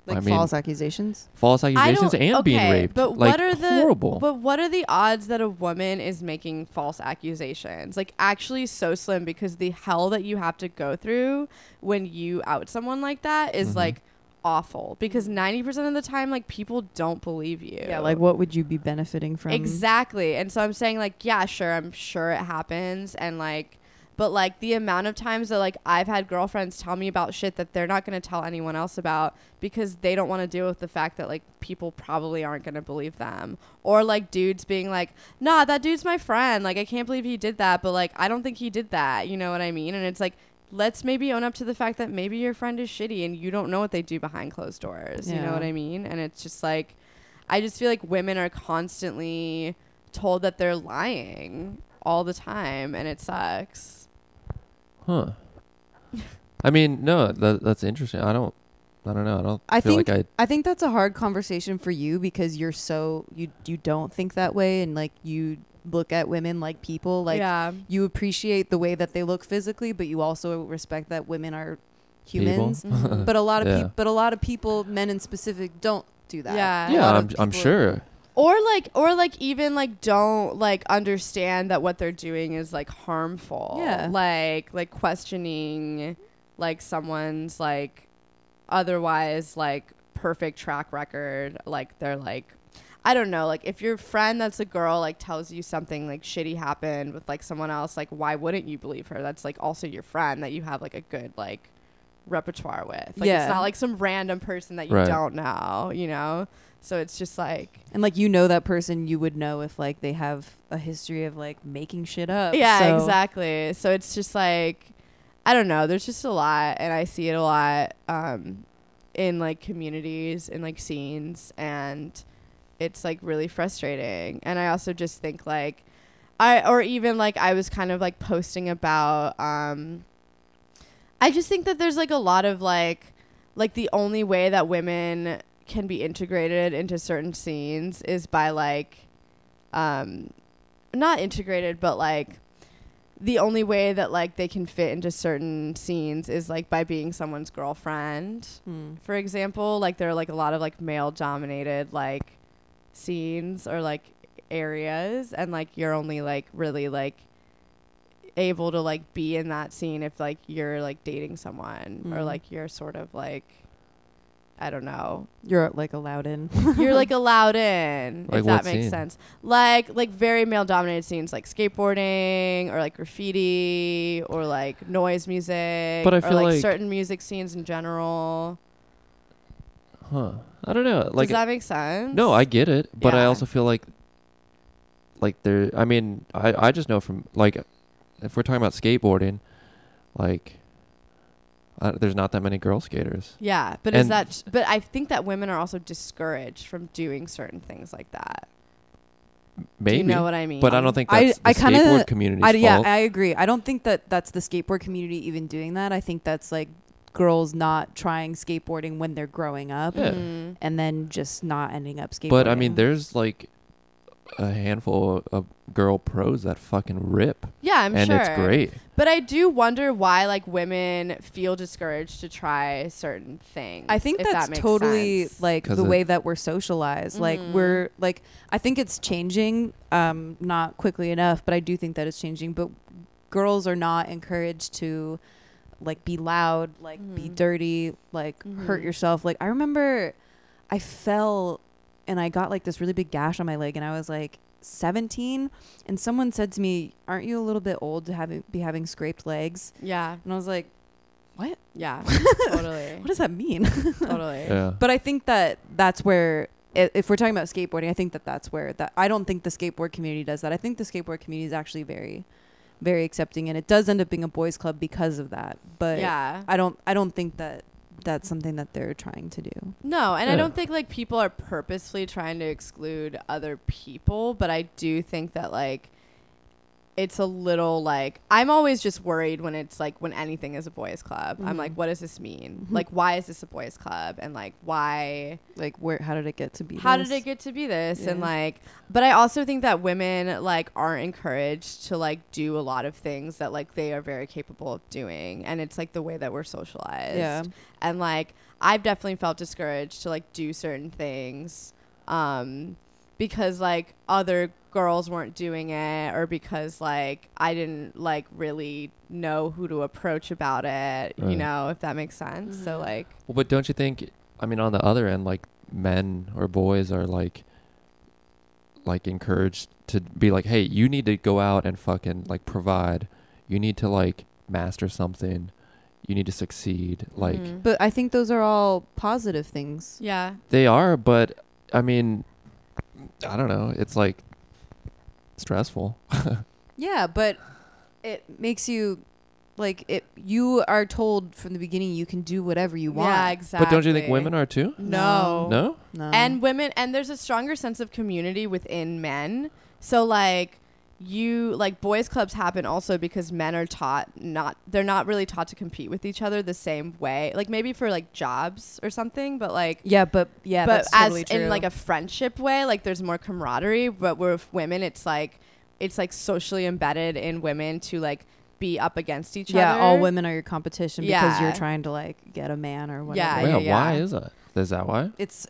like I mean- false accusations. false I accusations don't- and being okay, raped. But like, what are the horrible? But what are the odds that a woman is making false accusations? Like actually so slim because the hell that you have to go through when you out someone like that is, Mhm. like awful because 90% of the time like people don't believe you. Yeah, like what would you be benefiting from? Exactly. And so I'm saying like, yeah, sure, I'm sure it happens and like but like the amount of times that like I've had girlfriends tell me about shit that they're not going to tell anyone else about because they don't want to deal with the fact that like people probably aren't going to believe them or like dudes being like, "Nah, that dude's my friend. Like I can't believe he did that, but like I don't think he did that." You know what I mean? And it's like let's maybe own up to the fact that maybe your friend is shitty and you don't know what they do behind closed doors. You know Yeah. what I mean? And it's just like I just feel like women are constantly told that they're lying all the time and it sucks. Huh. I mean, no, that, that's interesting. I don't, I don't know. I don't I feel think- like I. I think that's a hard conversation for you because you're so you you don't think that way and like you look at women like people like yeah. you appreciate the way that they look physically but you also respect that women are humans Mhm. but a lot of Yeah. people but a lot of people men in specific don't do that Yeah. A lot yeah, of I'm, I'm people- sure. Or like or like even like don't like understand that what they're doing is like harmful. Yeah. Like like questioning like someone's like otherwise like perfect track record like they're like I don't know, like if your friend that's a girl like tells you something like shitty happened with like someone else, like why wouldn't you believe her? That's like also your friend that you have like a good like repertoire with. Like Yeah. it's not like some random person that you Right. don't know, you know? So it's just like and like you know that person you would know if like they have a history of like making shit up Yeah, So- exactly. So it's just like I don't know, there's just a lot and I see it a lot um in like communities and like scenes and it's like really frustrating. And I also just think like I or even like I was kind of like posting about um I just think that there's like a lot of like like the only way that women can be integrated into certain scenes is by like um not integrated but like the only way that like they can fit into certain scenes is like by being someone's girlfriend Hmm. for example like there are like a lot of like male dominated like scenes or like areas and like you're only like really like able to like be in that scene if like you're like dating someone or Mhm. like you're sort of like i don't know you're like allowed in you're like allowed in Like if what that makes scene? sense like like very male dominated scenes like skateboarding or like graffiti or like noise music But I or feel like- certain music scenes in general Huh. I don't know. Like, does that make sense no, I get it, but I Yeah. also feel like, like there. I mean, I I just know from like, if we're talking about skateboarding, like, I, there's not that many girl skaters. yeah but is And- that but i think that women are also discouraged from doing certain things like that Maybe, do you know what i mean but I don't think I- that's the I kinda- skateboard community's I, fault. yeah i agree i don't think that that's the skateboard community even doing that i think that's like girls not trying skateboarding when they're growing up Yeah. Mhm. and then just not ending up skateboarding but I mean, there's like a handful of girl pros that fucking rip, yeah i'm and sure it's great. but i do wonder why like women feel discouraged to try certain things I think if that's that makes totally sense. like 'Cause the it- way that we're socialized. Like Mhm. we're like I think it's changing, um, not quickly enough, but I do think that it's changing. But girls are not encouraged to like be loud, like be Mhm. dirty, like hurt Mhm. yourself. Like I remember I fell and I got like this really big gash on my leg and I was like 17 and someone said to me, "Aren't you a little bit old to having be having scraped legs?" yeah And I was like, Yeah, totally. "What does that mean?" totally. Yeah. But I think that that's where, i- if we're talking about skateboarding, I think that that's where that I don't think the skateboard community does that. I think the skateboard community is actually very, very accepting, and it does end up being a boys' club because of that. But Yeah. I don't, I don't think that that's something that they're trying to do. No, and I Yeah. don't think like people are purposefully trying to exclude other people, but I do think that like it's a little like I'm always just worried when it's like when anything is a boys club. I'm Mhm. like, what does this mean? Mhm. Like, why is this a boys club? And like, why? Like, where? How did it get to be? How this? did it get to be this? And Yeah. like, but I also think that women like aren't encouraged to like do a lot of things that like they are very capable of doing, and it's like the way that we're socialized. Yeah. and like I've definitely felt discouraged to like do certain things um because like other girls weren't doing it or because like I didn't like really know who to approach about it, you Right. know, if that makes sense. So Mm-hmm. Mhm. like Well, but don't you think? I mean, on the other end, like men or boys are like, like encouraged to be like, hey, you need to go out and fucking like provide. You need to like master something. You need to succeed. Like Mhm. But I think those are all positive things. yeah. they are, but I mean, I don't know. It's like stressful. Yeah, but it makes you like it. You are told from the beginning you can do whatever you want. Yeah, exactly. But don't you think women are too? No. No. No. and women and there's a stronger sense of community within men so like you like boys clubs happen also because men are taught not they're not really taught to compete with each other the same way like maybe for like jobs or something but like yeah, but yeah, but that's as totally true. in like a friendship way like there's more camaraderie but with women it's like it's like socially embedded in women to like be up against each yeah, other all women are your competition because Yeah. you're trying to like get a man or whatever. Yeah, yeah, Oh, yeah, Why yeah. is that? Is that why? It's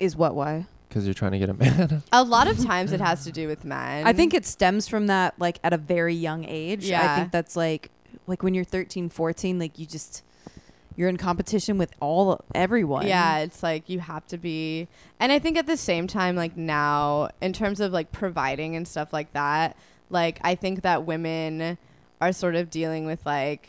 is what why. Because you're trying to get a man. a lot of times it has to do with men I think it stems from that like at a very young age. Yeah. I think that's like like when you're 13, 14, like you just you're in competition with all everyone. Yeah, it's like you have to be. And I think at the same time, like now, in terms of like providing and stuff like that, like I think that women are sort of dealing with like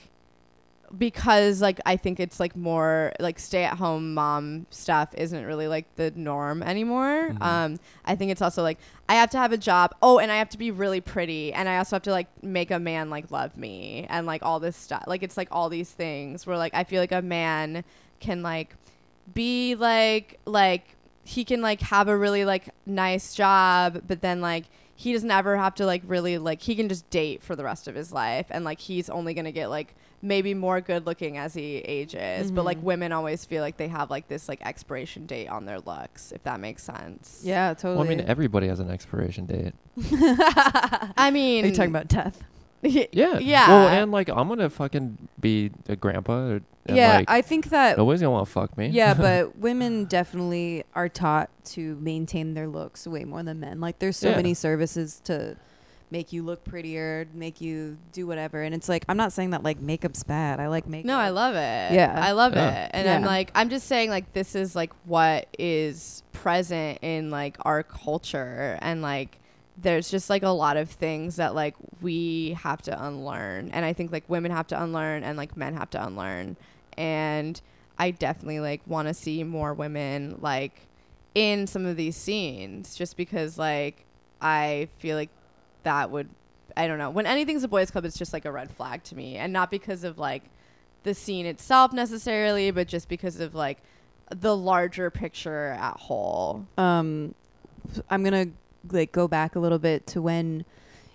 because like I think it's like more like stay at home mom stuff isn't really like the norm anymore. Mhm. Um I think it's also like I have to have a job. Oh, and I have to be really pretty and I also have to like make a man like love me and like all this stuff. Like it's like all these things where like I feel like a man can like be like like he can like have a really like nice job but then like he doesn't ever have to like really like he can just date for the rest of his life and like he's only gonna get like maybe more good looking as he ages but like Mhm. women always feel like they have like this like expiration date on their looks if that makes sense Yeah, well, I totally. mean, everybody has an expiration date. i mean Are you talking about death? Yeah. yeah Well, and like I'm gonna fucking be a grandpa. Or, and, yeah, Like, I think that nobody's gonna want to fuck me. Yeah, but women definitely are taught to maintain their looks way more than men. Like there's so Yeah. many services to make you look prettier, make you do whatever. And it's like I'm not saying that like makeup's bad. I like makeup. No, I love it. Yeah. I love Yeah. it. And I'm Yeah. like, I'm just saying, like, this is like what is present in like our culture. And like, there's just like a lot of things that like we have to unlearn. And I think like women have to unlearn and like men have to unlearn. And I definitely like want to see more women like in some of these scenes just because like I feel like that would I don't know. When anything's a boys club it's just like a red flag to me and not because of like the scene itself necessarily but just because of like the larger picture at whole. um i'm gonna like go back a little bit to when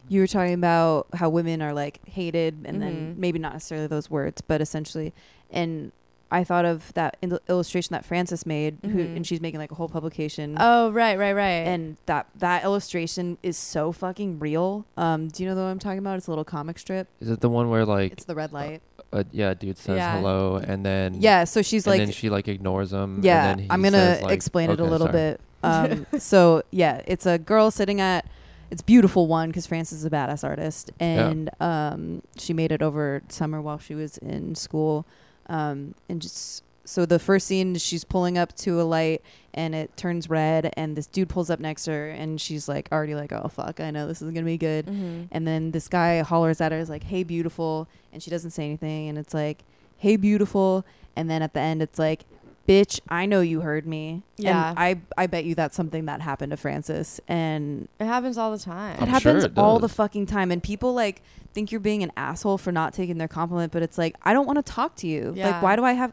you were talking about how women are like hated and then Mhm. maybe not necessarily those words but essentially and i thought of that il- illustration that frances made who Mhm. and she's making like a whole publication Oh, right, right, right. Mm-hmm. and that that illustration is so fucking real um do you know the one i'm talking about it's a little comic strip Is it the one where like it's the red light a, yeah, a dude says Yeah. hello and then yeah so she's mm. and like then she like ignores him. Yeah, and then he I'm gonna says, like- explain it a Okay, little sorry. bit. Um, so yeah, it's a girl sitting at it's beautiful one because Frances is a badass artist, and um, she made it over summer while she was in school, um, and just so the first scene she's pulling up to a light and it turns red, and this dude pulls up next to her, and she's like already like oh fuck, I know this is gonna be good, Mhm. and then this guy hollers at her, is like, hey, beautiful. And she doesn't say anything. And it's like, hey, beautiful. And then at the end, it's like, bitch, I know you heard me. Yeah. And I, I bet you that's something that happened to Francis. And It happens all the time. I'm it happens sure it all the does. fucking time. And people like think you're being an asshole for not taking their compliment. But it's like, I don't want to talk to you. Yeah. Like, why do I have.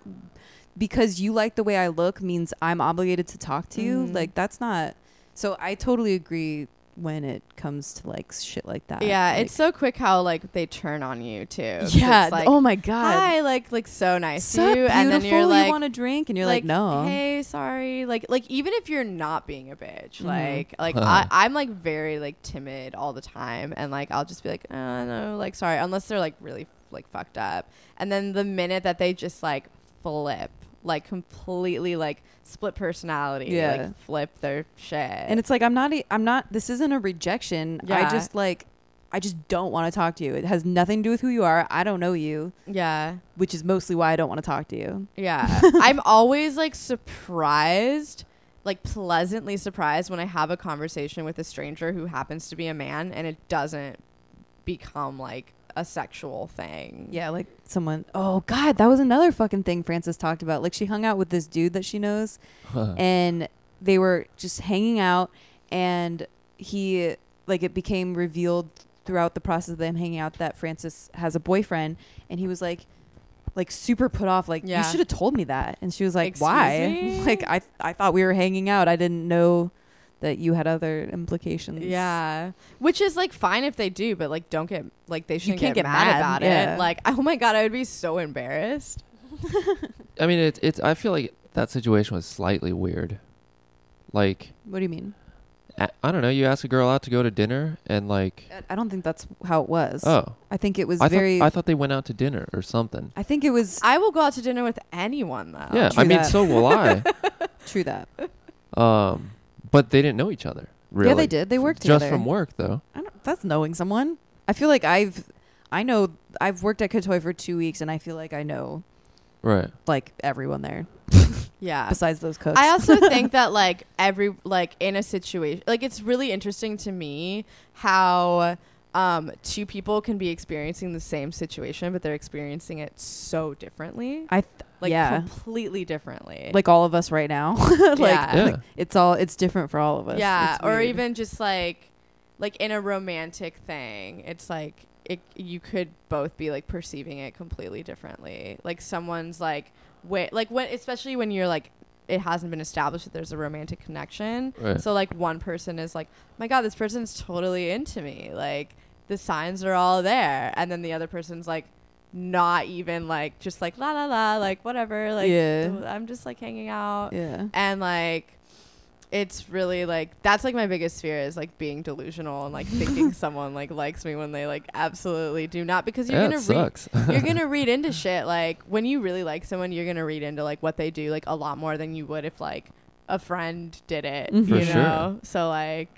Because you like the way I look means I'm obligated to talk to you. Mhm. Like, that's not. So I totally agree when it comes to like shit like that. yeah, Like, it's so quick how like they turn on you too. 'Cause yeah. it's like, oh my god. hi, like like so nice so to you, beautiful. and then you're like, you want a drink, and you're like, no. hey, sorry, like like even if you're not being a bitch, Mhm. like like Huh. I, I'm like very like timid all the time, and like I'll just be like, oh no, like sorry, unless they're like really like fucked up, and then the minute that they just like flip, like completely like split personality, Yeah. like flip their shit, and it's like I'm not. e- I'm not. This isn't a rejection. I Yeah. just like. I just don't want to talk to you. It has nothing to do with who you are. I don't know you, yeah. which is mostly why I don't want to talk to you. Yeah. I'm always like surprised, like pleasantly surprised when I have a conversation with a stranger who happens to be a man and it doesn't become like a sexual thing. Yeah, like someone. Oh God, that was another fucking thing Frances talked about. Like she hung out with this dude that she knows, and they were just hanging out, and he like it became revealed throughout the process of them hanging out that Frances has a boyfriend, and he was like, like super put off, like Yeah. you should have told me that, and she was like, Excuse why? me? Like I I thought we were hanging out. I didn't know that you had other implications. Yeah. Which is like fine if they do, but like don't get like they shouldn't can't get, get mad, mad, about yeah. it. Like, oh my god, I would be so embarrassed. I mean, it's it's. I feel like that situation was slightly weird. Like, What do you mean? I, I don't know. You ask a girl out to go to dinner, and like, I- I don't think that's how it was. oh, I think it was I very. thought I thought they went out to dinner or something. I think it was I will go out to dinner with anyone though. yeah, Oh, true I mean, that. so will I. True that. um, but they didn't know each other. Really? Yeah, they did. They worked just together. from work though. I don't, that's knowing someone. I feel like I've, I know I've worked at Katoy for two weeks, and I feel like I know Right. like everyone there Yeah. besides those cooks. I also think that like every like in a situation like it's really interesting to me how um two people can be experiencing the same situation but they're experiencing it so differently. I th- Like yeah, completely differently. like all of us right now. like, Yeah. Yeah. like, it's all it's different for all of us. yeah, It's or weird. even just like like in a romantic thing. It's like it you could both be like perceiving it completely differently. Like someone's like way like when especially when you're like it hasn't been established that there's a romantic connection. Right. So like one person is like, "Oh "My God, this person's totally into me. Like the signs are all there," and then the other person's like, not even like, just like la la la, like whatever. Like "Oh, Yeah. I'm just like hanging out, yeah. and like it's really like that's like my biggest fear is like being delusional and like thinking someone like likes me when they like absolutely do not because you're yeah, gonna it read sucks. you're gonna read into shit like when you really like someone you're gonna read into like what they do like a lot more than you would if like a friend did it Mhm. For you sure. know so like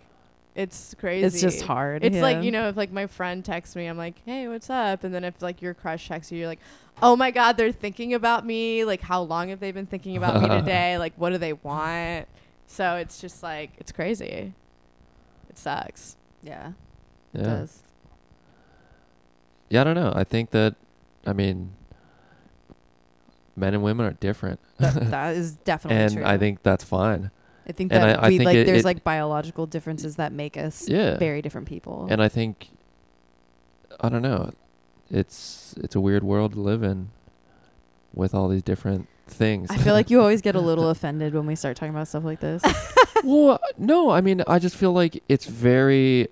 it's crazy It's just hard. it's yeah. like you know if like my friend texts me i'm like hey what's up and then if like your crush texts you you're like oh my god they're thinking about me like how long have they been thinking about me today like what do they want so it's just like it's crazy it sucks Yeah. it yeah. does. Yeah, I don't know. I think that, I mean, men and women are different, That, that is definitely and true. I think that's fine. I think and that I- I we think like it- there's it- like biological differences that make us Yeah, very different people. and I think, I don't know, it's it's a weird world to live in, with all these different things. I feel like you always get a little offended when we start talking about stuff like this. well, no, I mean, I just feel like it's very.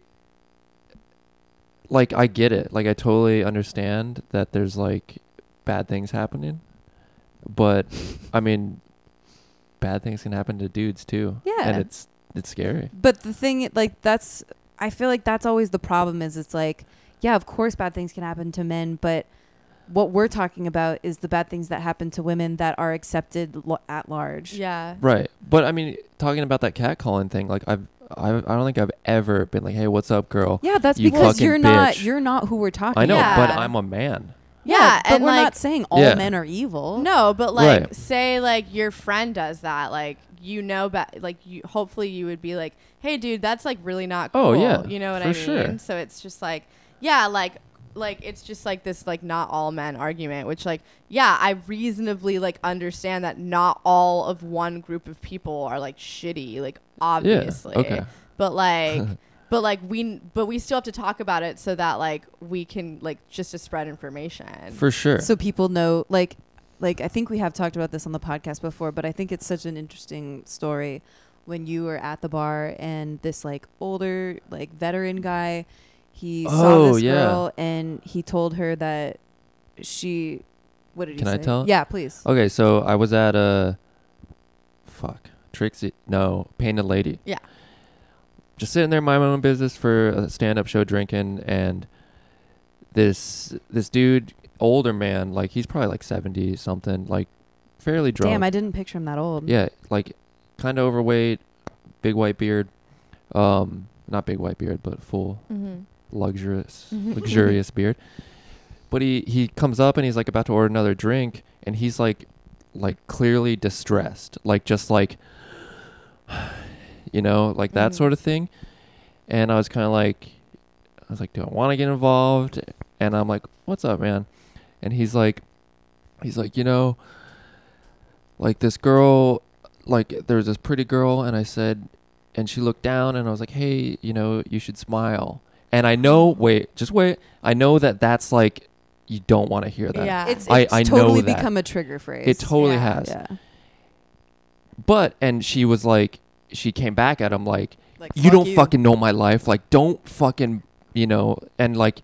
Like I get it. Like I totally understand that there's like bad things happening, but I mean, bad things can happen to dudes too. Yeah. and it's it's scary. But the thing, like, that's, I feel like that's always the problem is it's like, yeah, of course bad things can happen to men, but what we're talking about is the bad things that happen to women that are accepted lo- at large. yeah Right. But I mean, talking about that catcalling thing, like I've, I've I don't think I've ever been like, "Hey, what's up, girl?" Yeah, that's You because fucking you're not bitch. you're not who we're talking. I know, about. but Yeah. I'm a man. Yeah, Yeah, but and, we're like- not saying all Yeah. men are evil. No, but like Right. say like your friend does that, like you know but like you hopefully you would be like, "Hey dude, that's like really not cool." Oh, yeah, you know what for I mean? sure. So it's just like yeah, like like it's just like this like not all men argument, which like yeah, I reasonably like understand that not all of one group of people are like shitty, like obviously. Yeah. Okay. But like But like we, but we still have to talk about it so that like we can like just to spread information. For sure. so people know like like i think we have talked about this on the podcast before but i think it's such an interesting story when you were at the bar and this like older like veteran guy he Oh, saw this yeah. girl and he told her that she what did Can he I say? tell Oh, it? Yeah, please. Okay, so I was at a fuck Trixie. No, painted lady. Yeah. Just sitting there, minding my own business for a stand-up show, drinking, and this this dude, older man, like he's probably like seventy something, like fairly drunk. Damn, I didn't picture him that old. yeah, like kind of overweight, big white beard, um, not big white beard, but full Mm-hmm. luxurious luxurious beard. But he he comes up and he's like about to order another drink and he's like like clearly distressed, like just like you know, like that Mhm. sort of thing. And I was kind of like I was like, "Do I want to get involved?" And I'm like, "What's up, man?" And he's like he's like, "You know, like this girl like there was this pretty girl and I said and she looked down and I was like, "Hey, you know, you should smile." And I know, wait, just wait. I know that that's like you don't want to hear that. Yeah. It's, it's I- I know totally that. become a trigger phrase. It totally Yeah. has. yeah. But and she was like she came back at him like Like, you don't fucking know my life. Like don't fucking, you know, and like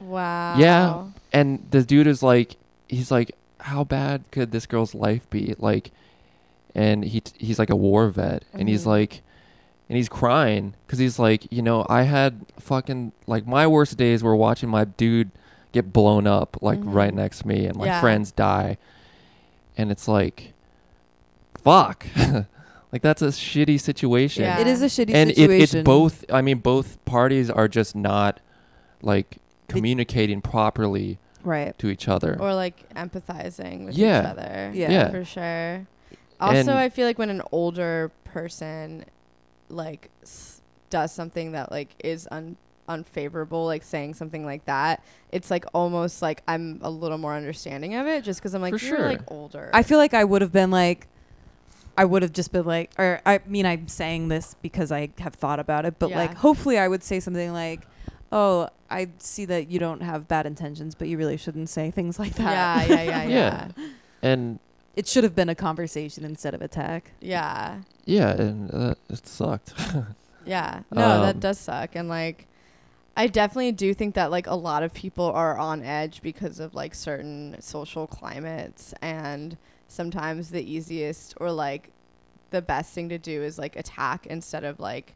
Wow. and the dude is like he's like how bad could this girl's life be? Like and he t- he's like a war vet and he's Mhm. like and he's crying cuz he's like, you know, I had fucking like my worst days were watching my dude get blown up like Mhm. right next to me and my Yeah. friends die. And it's like fuck. like that's a shitty situation Yeah. It is a shitty and it, situation. it's both i mean both parties are just not like communicating properly right. to each other Or like empathizing with each Yeah. other. Yeah. Yeah. For sure. Also, And- I feel like when an older person like s- does something that like is un- unfavorable, like saying something like that, it's like almost like I'm a little more understanding of it, just because I'm like For you're sure. like older. I feel like I would have been like, I would have just been like, or I mean, I'm saying this because I have thought about it, but Yeah. like, hopefully, I would say something like, "Oh, I see that you don't have bad intentions, but you really shouldn't say things like that." Yeah, yeah, yeah, yeah, Yeah. and it should have been a conversation instead of attack. yeah, yeah and uh, it sucked yeah. No, Um, that does suck, and like. I definitely do think that like a lot of people are on edge because of like certain social climates and sometimes the easiest or like the best thing to do is like attack instead of like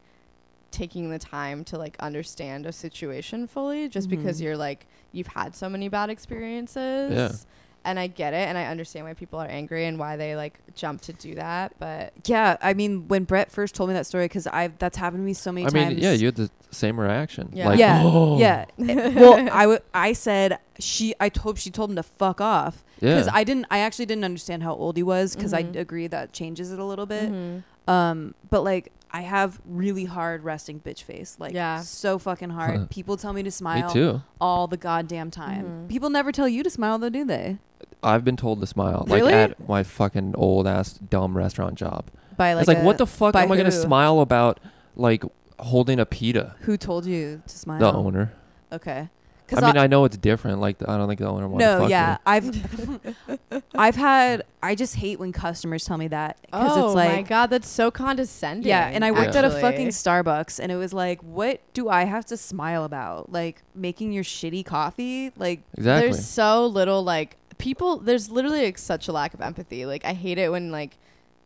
taking the time to like understand a situation fully just because Mhm. you're like you've had so many bad experiences Yeah. and i get it and i understand why people are angry and why they like jump to do that but Yeah, I mean, when Brett first told me that story, because I that's happened to me so many i mean times. yeah you had the same reaction Yeah. like yeah, oh yeah. Eh, well, I w- I said she. I hope she told him to fuck off because yeah I didn't. I actually didn't understand how old he was because Mhm. I agree that changes it a little bit. Mhm. Um, but like I have really hard resting bitch face. Like Yeah. so fucking hard. Huh. People tell me to smile me too all the goddamn time. Mhm. People never tell you to smile though, do they? i've been told to smile Really? like at my fucking old ass dumb restaurant job By like, it's like a- what the fuck by am i gonna who? smile about like holding a pita who told you to smile? the owner Okay. i mean i know it's different like i don't think the owner wanted to no, fuck yeah, me. I've, I've had. I just hate when customers tell me that because oh it's my like, god that's so condescending yeah. And I worked at a fucking actually. Starbucks, and it was like, what do I have to smile about? Like making your shitty coffee? Like, exactly There's so little like people. There's literally like, such a lack of empathy. Like I hate it when like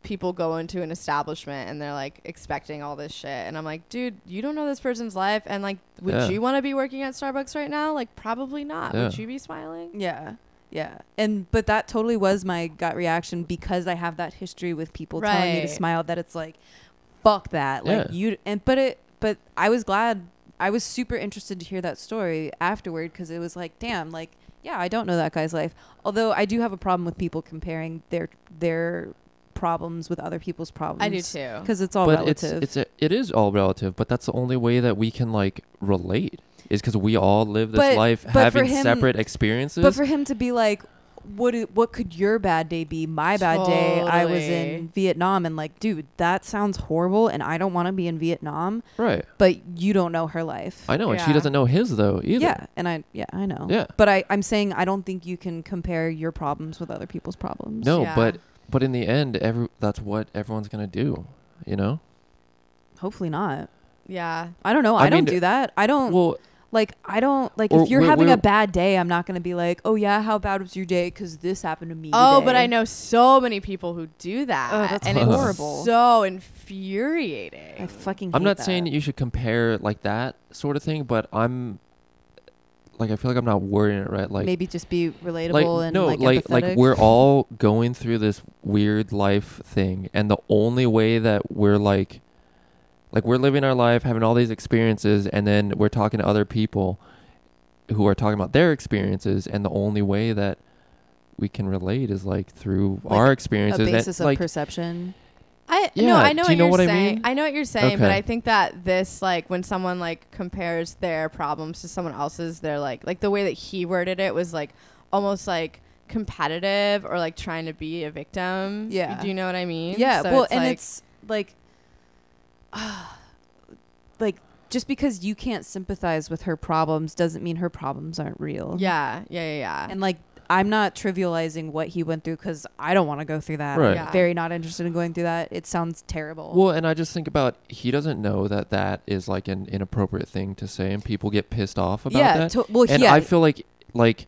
people go into an establishment and they're like expecting all this shit, and I'm like, dude, you don't know this person's life, and like, would Yeah. you want to be working at Starbucks right now? Like, probably not. Would Yeah. you be smiling? Yeah. Yeah. And but that totally was my gut reaction because I have that history with people telling me to Right. smile that it's like fuck that. Like Yeah. you and but it but I was glad I was super interested to hear that story afterward cuz it was like damn like yeah, I don't know that guy's life. Although I do have a problem with people comparing their their problems with other people's problems. I do too. Cuz it's all Oh. but relative. it's it's a, it is all relative. But that's the only way that we can like relate is because we all live this But- life but for having him- separate experiences. but for him to be like what i- what could your bad day be? My bad day. I was Totally. in Vietnam and like, dude, that sounds horrible and I don't want to be in Vietnam, right, but you don't know her life. I know, and she Yeah. doesn't know his though either. Yeah, and I yeah, I know. Yeah. But I I'm saying I don't think you can compare your problems with other people's problems. No, Yeah. but but in the end, every that's what everyone's gonna do. You know, hopefully not. Yeah. I don't know. I I, don't mean, do that. I don't Well, like. I don't like. Or If you're we're- having we're- a bad day, I'm not gonna be like, oh yeah, how bad was your day? Because this happened to me. Oh, today." but I know so many people who do that. Oh, that's and horrible. it's so I infuriating. fucking. I'm hate not that. saying that you should compare like that sort of thing, but I'm like I feel like I'm not wording it right. Like maybe just be relatable like and no, like like empathetic. like we're all going through this weird life thing, and the only way that we're like like we're living our life, having all these experiences, and then we're talking to other people who are talking about their experiences, and the only way that we can relate is like through Like, our a experiences. and, basis of like, perception. I Yeah, no, I know do what you know you're what I saying. mean? I know what you're saying, but Okay. I think that this like when someone like compares their problems to someone else's, they're like like the way that he worded it was like almost like competitive or like trying to be a victim. Yeah. Do you know what I mean? Yeah, So well, and like- it's like, like just because you can't sympathize with her problems doesn't mean her problems aren't real. yeah, yeah, yeah, yeah. and like I'm not trivializing what he went through because I don't want to go through that. Right. Yeah. Very not interested in going through that. It sounds terrible. Well, and I just think about he doesn't know that that is like an inappropriate thing to say, and people get pissed off about yeah. that. To- well, and yeah, I feel like like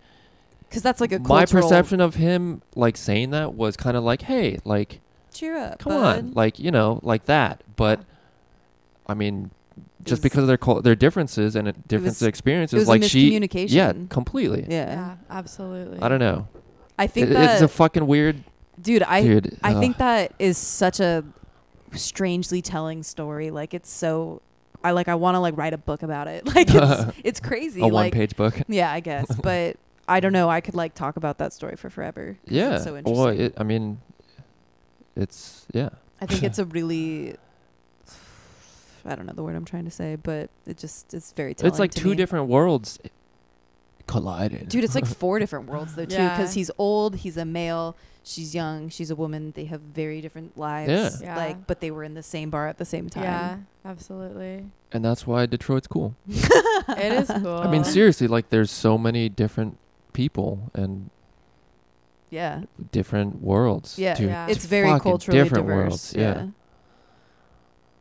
because that's like a my cultural- perception of him like saying that was kind of like, hey, like Cheer up, come bud. on, like you know, like that. But Yeah. I mean, was- just because of their cul- their differences and differences was- experiences, it was a like she, miscommunication. yeah, completely. yeah. yeah, absolutely. I don't know. I think It- that it's a fucking weird dude. I dude. I ugh. think that is such a strangely telling story. Like it's so. I like. I want to like write a book about it. Like it's it's crazy. a one like page book. yeah, I guess. But I don't know. I could like talk about that story for forever. 'cause Yeah. it's so interesting. well, it, I mean, it's yeah. I think it's a really I don't know the word I'm trying to say, but it just it's very telling. it's like to two me. different worlds colliding. Dude, it's like four different worlds though too, Yeah. because he's old, he's a male, she's young, she's a woman. They have very different lives. Yeah. Yeah. Like, but they were in the same bar at the same Yeah, time. absolutely. and that's why Detroit's cool. It is cool. I mean, seriously, like there's so many different people and Yeah, different worlds. Yeah, dude. yeah. it's, very fucking culturally different diverse. worlds, yeah.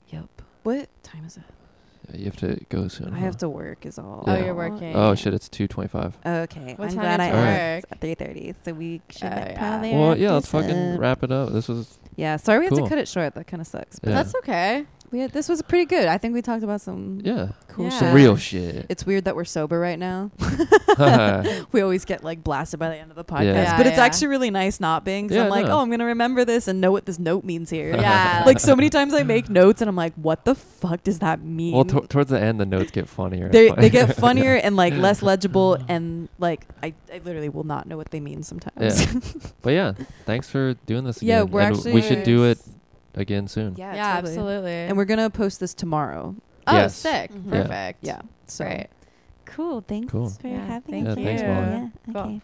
Yep. What time is it? You have to go soon. I have to work. Is all. Oh, Yeah. you're working. Oh shit, it's two twenty-five. Okay. What I'm time is glad I your asked. work? Three thirty. So we should Oh, like yeah. probably. Well, wrap yeah, let's this fucking up. wrap it up. This was Yeah, sorry we had Cool. to cut it short. That kind of sucks. But Yeah. That's okay. we had, this was pretty good. I think we talked about some yeah, cool Yeah. some shit. real shit. It's weird that we're sober right now. yeah, we always get like blasted by the end of the podcast, Yeah. but it's Yeah, yeah. actually really nice not being. 'cause Yeah, I'm like, no. oh, I'm gonna remember this and know what this note means here. Yeah. like so many times I make notes and I'm like, what the fuck does that mean? Well, to- towards the end, the notes get funnier. and they funnier. they get funnier and like less legible and like I, I literally will not know what they mean sometimes. Yeah, but yeah, thanks for doing this. Yeah, again. we're and actually- we should do it again soon. Yeah, absolutely. And we're gonna post this tomorrow. oh, Yes. sick. Mhm. Yeah. Perfect. Yeah, so Great. cool. Thanks Cool. for Yeah, having thank Yeah, us. thanks, you. Molly. Yeah, Cool. okay.